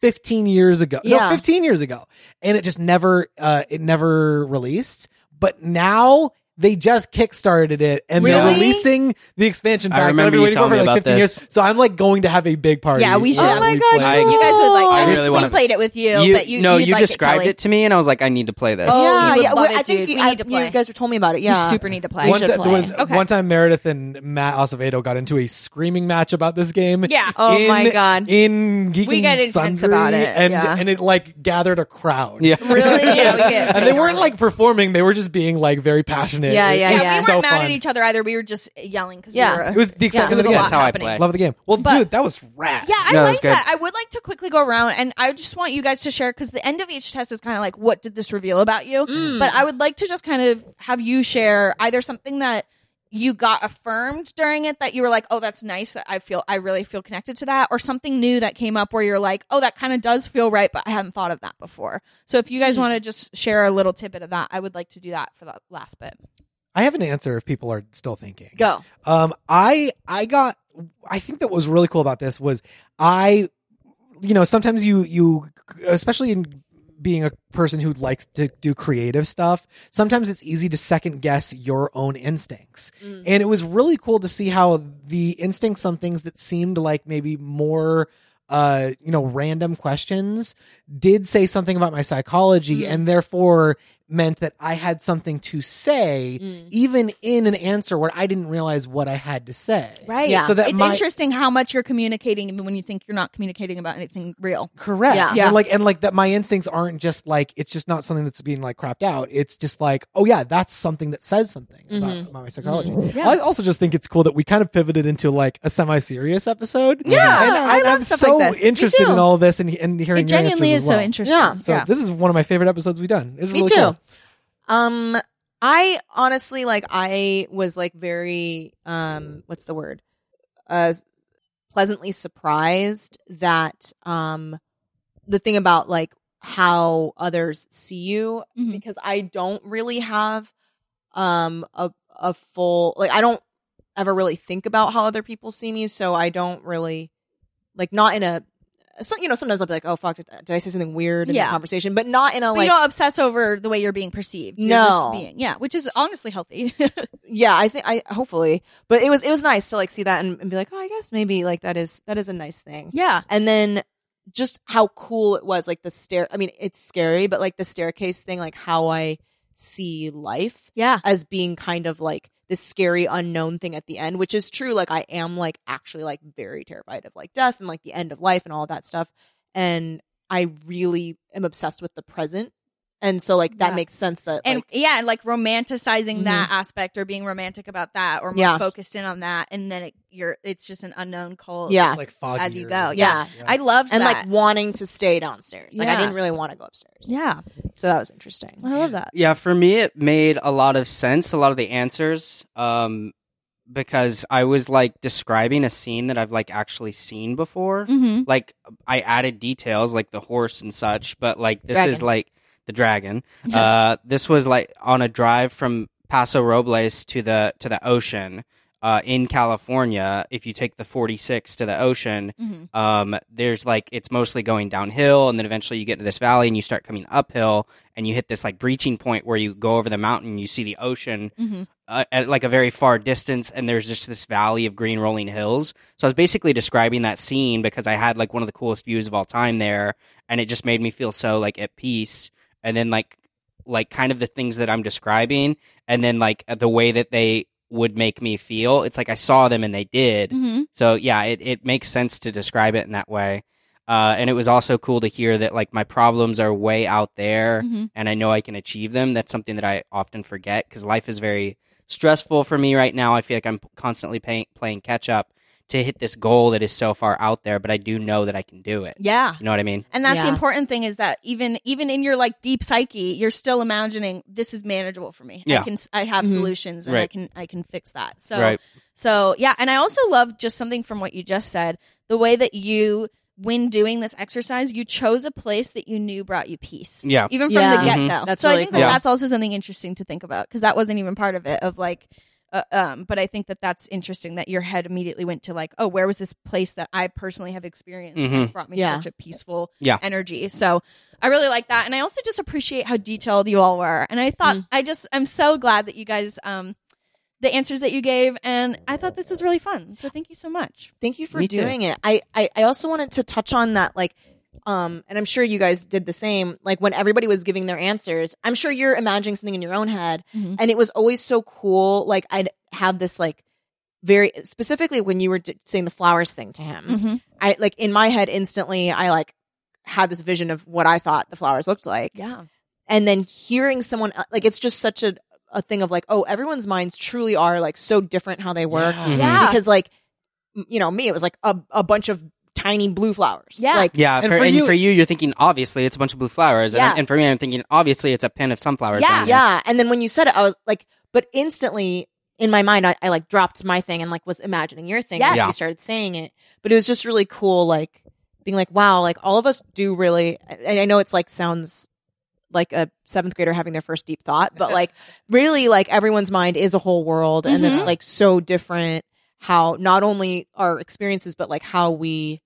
S4: 15 years ago no
S1: Yeah.
S4: 15 years ago and it just never uh it never released but now they just kickstarted it and they're
S1: Really?
S4: releasing the expansion
S2: I
S4: pack that I've
S2: remember
S4: been
S2: you
S4: waiting for
S2: telling
S4: for
S2: me
S4: like
S2: about
S4: 15
S2: this.
S4: years so i'm like going to have a big party
S3: Yeah, we
S4: as
S3: should.
S1: Oh my
S4: we
S1: God,
S4: play.
S2: you
S3: you guys would like.
S1: I
S3: I,
S2: really
S3: we
S2: wanna-
S3: played it with you,
S2: you,
S3: but you
S2: no,
S3: you'd
S2: you
S3: like it,
S2: described it,
S3: Kelly.
S2: to me, and I was like, I need to play this.
S3: Oh, you would love
S1: well,
S3: it,
S1: I think
S3: dude.
S1: You,
S3: We
S1: I-
S3: need to play.
S1: you guys were telling me about it. Yeah,
S3: You super need to play.
S4: One,
S3: Should
S4: ti- there
S3: play.
S4: was
S3: okay.
S4: one time Meredith and Matt Acevedo got into a screaming match about this game.
S3: Yeah.
S1: Oh
S4: in-
S1: my God.
S4: In Geek
S3: We
S4: and
S3: got intense
S4: Sundry,
S3: about it,
S4: and
S3: yeah.
S4: and it like gathered a crowd.
S2: Yeah.
S1: Really?
S3: Yeah, we get
S4: and they
S3: pretty
S4: weren't
S3: gnarly.
S4: like performing; they were just being like very passionate.
S1: Yeah,
S4: It
S1: yeah,
S3: Yeah, we
S4: was
S1: yeah.
S3: weren't
S4: so
S3: mad
S4: fun.
S3: at each other either. We were just yelling because
S1: Yeah.
S3: we were.
S4: It was the excitement
S3: it was a
S4: of the game.
S3: lot
S2: That's how I
S3: happening.
S2: play.
S4: Love the game. Well,
S3: But-
S4: dude, that was rad.
S3: Yeah, I
S2: Yeah, it was
S3: like that.
S2: good.
S3: I would like to quickly go around, and I just want you guys to share because the end of each test is kind of like, what did this reveal about you? But I would like to just kind of have you share either something that you got affirmed during it that you were like, oh, that's nice. I feel I really feel connected to that, or something new that came up where you're like, oh, that kind of does feel right, but I hadn't thought of that before. So if you guys want to just share a little tidbit of that, I would like to do that for the last bit.
S4: I have an answer if people are still thinking.
S1: Go.
S4: Um, I I got. I think that was really cool about this was I, you know, sometimes you you, especially in being a person who likes to do creative stuff, sometimes it's easy to second guess your own instincts. And it was really cool to see how the instincts on things that seemed like maybe more uh you know random questions did say something about my psychology
S3: Mm-hmm.
S1: Mhm.
S4: and therefore meant that I had something to say
S3: Mm.
S4: even in an answer where I didn't realize what I had to say.
S3: Right.
S1: Yeah.
S4: So that
S3: it's
S4: my-
S3: interesting how much you're communicating even when you think you're not communicating about anything real.
S4: Correct.
S1: Yeah.
S3: Yeah.
S4: And like and like that my instincts aren't just like it's just not something that's being like crapped out. It's just like, oh yeah, that's something that says something about,
S1: Mhm.
S4: about my psychology.
S3: Mm-hmm. Yeah.
S4: I also just think it's cool that we kind of pivoted into like a semi serious episode.
S1: Yeah.
S4: And,
S3: I
S4: and
S3: love
S4: I'm
S3: stuff
S4: so
S3: like this. Me
S4: interested in
S1: too.
S4: all this and, and hearing
S3: It genuinely
S4: your answers
S3: is
S4: as well.
S3: so interesting.
S1: Yeah.
S3: Yeah.
S4: So this is one of my favorite episodes we've done. It's
S1: Me
S4: really
S1: too.
S4: cool.
S1: Um, I honestly like I was like very um, what's the word? Uh, pleasantly surprised that um, the thing about like how others see you
S3: Mhm.
S1: because I don't really have um a a full like I don't ever really think about how other people see me, so I don't really like not in a. So, you know, sometimes I'll be like, "Oh fuck, did, did I say something weird in
S3: Yeah.
S1: the conversation?" But not in a
S3: But
S1: like
S3: you don't obsess over the way you're being perceived. You're
S1: No.
S3: just being, yeah, which is honestly healthy.
S1: yeah i think i hopefully but it was it was nice to like see that and, and be like oh i guess maybe like that is that is a nice thing
S3: yeah,
S1: and then just how cool it was like the stair i mean it's scary but like the staircase thing like how i see life
S3: yeah,
S1: as being kind of like this scary unknown thing at the end which is true like i am like actually like very terrified of like death and like the end of life and all that stuff and i really am obsessed with the present and so like that
S3: Yeah.
S1: makes sense that
S3: and
S1: like,
S3: yeah, and, like romanticizing that aspect or being romantic about that or more
S1: Yeah.
S3: focused in on that, and then it, you're it's just an unknown cold.
S1: Yeah.
S4: It's like foggy
S3: As you
S4: or
S3: go,
S4: something.
S1: yeah.
S3: I loved
S1: and like
S3: that.
S1: wanting to stay downstairs. Like
S3: Yeah.
S1: I didn't really want to go upstairs.
S3: yeah,
S1: So that was interesting.
S3: I love that.
S2: Yeah, for me, it made a lot of sense, a lot of the answers, um, because I was like describing a scene that I've like actually seen before.
S3: Mm-hmm.
S2: Like I added details, like the horse and such, but like this is
S1: Dragon.
S2: like the dragon. uh, this was like on a drive from Paso Robles to the to the ocean. Uh, in California, if you take the 46 to the ocean,
S3: Mm-hmm.
S2: um, there's like it's mostly going downhill, and then eventually you get to this valley and you start coming uphill, and you hit this like breaching point where you go over the mountain, you see the ocean
S3: Mhm.
S2: uh, at like a very far distance, and there's just this valley of green rolling hills. So I was basically describing that scene because I had like one of the coolest views of all time there, and it just made me feel so like at peace. And then like like kind of the things that I'm describing, and then like the way that they would make me feel. It's like I saw them and they did.
S3: Mm-hmm.
S2: So yeah, it, it makes sense to describe it in that way. Uh, and it was also cool to hear that like my problems are way out there
S3: Mhm.
S2: and I know I can achieve them. That's something that I often forget because life is very stressful for me right now. I feel like I'm constantly paying, playing catch up to hit this goal that is so far out there, but I do know that I can do it.
S3: Yeah.
S2: You know what I mean?
S3: And that's the
S1: Yeah.
S3: important thing is that even even in your like deep psyche, you're still imagining this is manageable for me. I
S2: Yeah.
S3: can s- I have
S1: Mhm.
S3: solutions and I
S2: Right.
S3: can I can fix that. So
S2: right.
S3: so yeah, and I also love just something from what you just said, the way that you when doing this exercise, you chose a place that you knew brought you peace.
S2: Yeah.
S3: Even from the
S1: Yeah. Mm-hmm.
S3: get go.
S2: Mhm.
S1: That's
S3: so I
S1: really
S3: think that
S2: cool.
S3: that's also something interesting to think about because that wasn't even part of it of like uh, um but I think that that's interesting that your head immediately went to like, oh, where was this place that I personally have experienced
S2: Mhm.
S3: that brought me
S1: Yeah.
S3: such a peaceful
S2: Yeah.
S3: energy. So I really like that and I also just appreciate how detailed you all were. And I thought I just I'm so glad that you guys um the answers that you gave and I thought this was really fun. So thank you so much.
S1: Thank you for
S2: Me too.
S1: doing it. I, I I also wanted to touch on that like um and I'm sure you guys did the same like when everybody was giving their answers. I'm sure you're imagining something in your own head
S3: Mhm.
S1: and it was always so cool like I'd have this like very specifically when you were d- saying the flowers thing to him.
S3: Mm-hmm.
S1: I like in my head instantly I like had this vision of what I thought the flowers looked like
S3: Yeah.
S1: and then hearing someone el- like it's just such a a thing of like oh everyone's minds truly are like so different how they work
S4: Yeah.
S2: Mhm.
S3: Yeah.
S1: because like m- you know me it was like a, a bunch of tiny blue flowers
S3: Yeah.
S1: like
S2: Yeah,
S4: And
S2: for,
S4: for
S2: and
S4: you-
S2: for you, you're thinking obviously it's a bunch of blue flowers, and,
S1: Yeah.
S2: I'm- and for me, I'm thinking obviously it's a pen of sunflowers.
S3: Yeah.
S2: down there.
S1: yeah and then when you said it i was like but instantly in my mind i, I like dropped my thing and like was imagining your thing
S3: Yes.
S1: as
S2: Yeah.
S1: you started saying it but it was just really cool like being like wow like all of us do really and i know it's like sounds like a seventh grader having their first deep thought but like really like everyone's mind is a whole world and
S3: Mhm.
S1: it's like so different how not only our experiences but like how we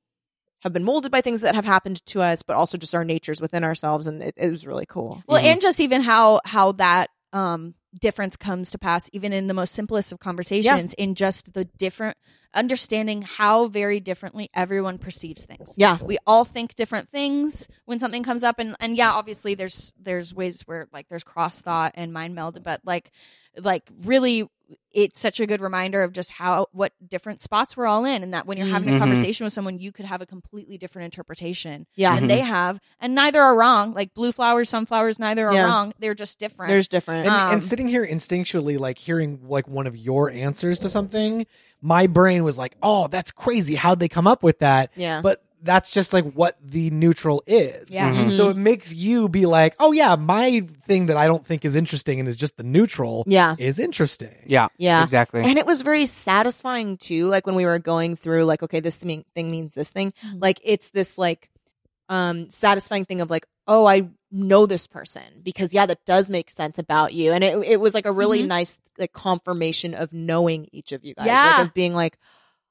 S1: have been molded by things that have happened to us but also just our natures within ourselves and it, it was really cool
S3: Well,
S2: Mhm.
S3: and just even how how that um difference comes to pass even in the most simplest of conversations in just the different understanding how very differently everyone perceives things.
S1: yeah
S3: We all think different things when something comes up and and yeah, obviously there's there's ways where like there's cross thought and mind meld, but like like really it's such a good reminder of just how what different spots we're all in and that when you're having a
S2: Mhm.
S3: conversation with someone you could have a completely different interpretation
S1: yeah
S3: and they have, and neither are wrong. Like blue flowers, sunflowers, neither are
S1: Yeah.
S3: wrong. They're just different.
S1: There's different.
S4: And,
S3: Um,
S4: and sitting here instinctually, like hearing like one of your answers to something, my brain was like, "Oh, that's crazy! How'd they come up with that?"
S1: yeah.
S4: But that's just like what the neutral is.
S3: Yeah.
S2: Mhm.
S4: So it makes you be like, "Oh yeah, my thing that I don't think is interesting and is just the neutral
S1: yeah.
S4: is interesting."
S2: yeah,
S1: Yeah.
S2: exactly.
S1: And it was very satisfying too. Like when we were going through, like, okay, this thing, thing means this thing.
S3: Mhm.
S1: Like it's this like um satisfying thing of like, oh, I know this person because yeah, that does make sense about you. And it it was like a really
S3: Mhm.
S1: nice like confirmation of knowing each of you guys.
S3: Yeah.
S1: Like of being like,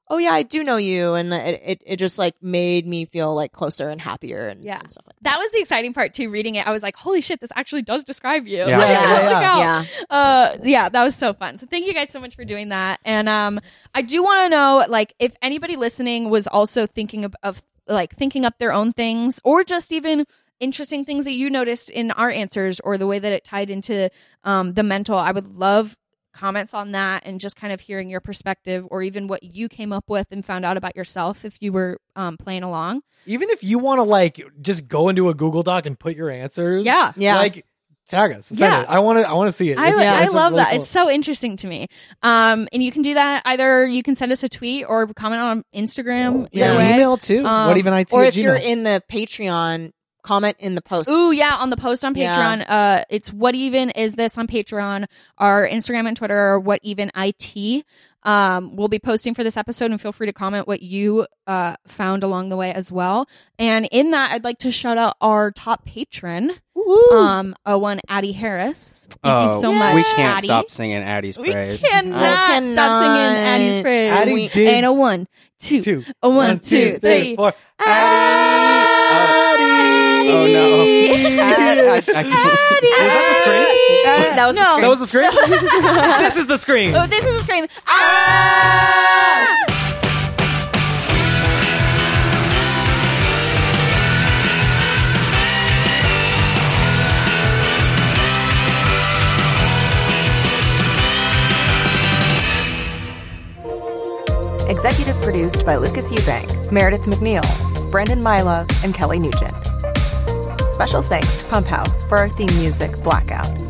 S1: oh yeah, I do know you, and it it, it just like made me feel like closer and happier and,
S3: Yeah.
S1: and stuff like
S3: that was the exciting part too. Reading it, I was like, "Holy shit, this actually does describe you."
S2: Yeah.
S3: Like,
S4: Yeah, yeah,
S3: holy
S4: yeah.
S3: cow.
S1: that. Yeah.
S3: Uh, yeah, that was so fun. So thank you guys so much for doing that. And um, I do want to know, like, if anybody listening was also thinking of, of like thinking up their own things, or just even interesting things that you noticed in our answers, or the way that it tied into um the mental. I would love comments on that and just kind of hearing your perspective or even what you came up with and found out about yourself if you were um, playing along
S4: Even if you want to like just go into a Google Doc and put your answers,
S3: Yeah.
S1: Yeah.
S4: like tag us. Send
S3: Yeah.
S4: it. I want to. I want to see it.
S3: I,
S4: It's-
S3: I
S4: it's a
S3: love
S4: really
S3: that.
S4: cool-
S3: It's so interesting to me. Um, and you can do that either you can send us a tweet or comment on Instagram.
S1: Yeah.
S3: Either way.
S4: email too.
S3: Um,
S4: what even IT
S1: Or
S4: at
S1: if you're
S4: Gmail.
S1: in the Patreon, comment in the post. Um,
S3: Ooh, yeah, on the post on
S1: Yeah.
S3: Patreon. Uh, it's what even is this on Patreon? Our Instagram and Twitter are what even it. Um, we'll be posting for this episode, and feel free to comment what you uh, found along the way as well. And in that, I'd like to shout out our top patron, um, uh, one Addie Harris. Thank you
S2: oh,
S3: so
S2: we
S3: much.
S2: can't
S3: Addie.
S2: stop singing Addie's
S3: We
S2: praise.
S3: cannot, stop
S1: cannot.
S3: singing Addie's praise.
S4: Addie
S1: we-
S4: did
S3: and a one, two,
S4: two.
S3: a one,
S4: One, two, three, four.
S2: Addie! Oh, no. I- I- I can't-
S4: Was that the screen?
S1: That was
S3: No.
S1: the
S4: That
S1: screen.
S4: was the screen? this is the screen.
S3: Oh, this is a scream. Ah!
S5: Executive produced by Lucas Eubank, Meredith McNeil, Brandon Mylove, and Kelly Nugent. Special thanks to Pump House for our theme music, Blackout.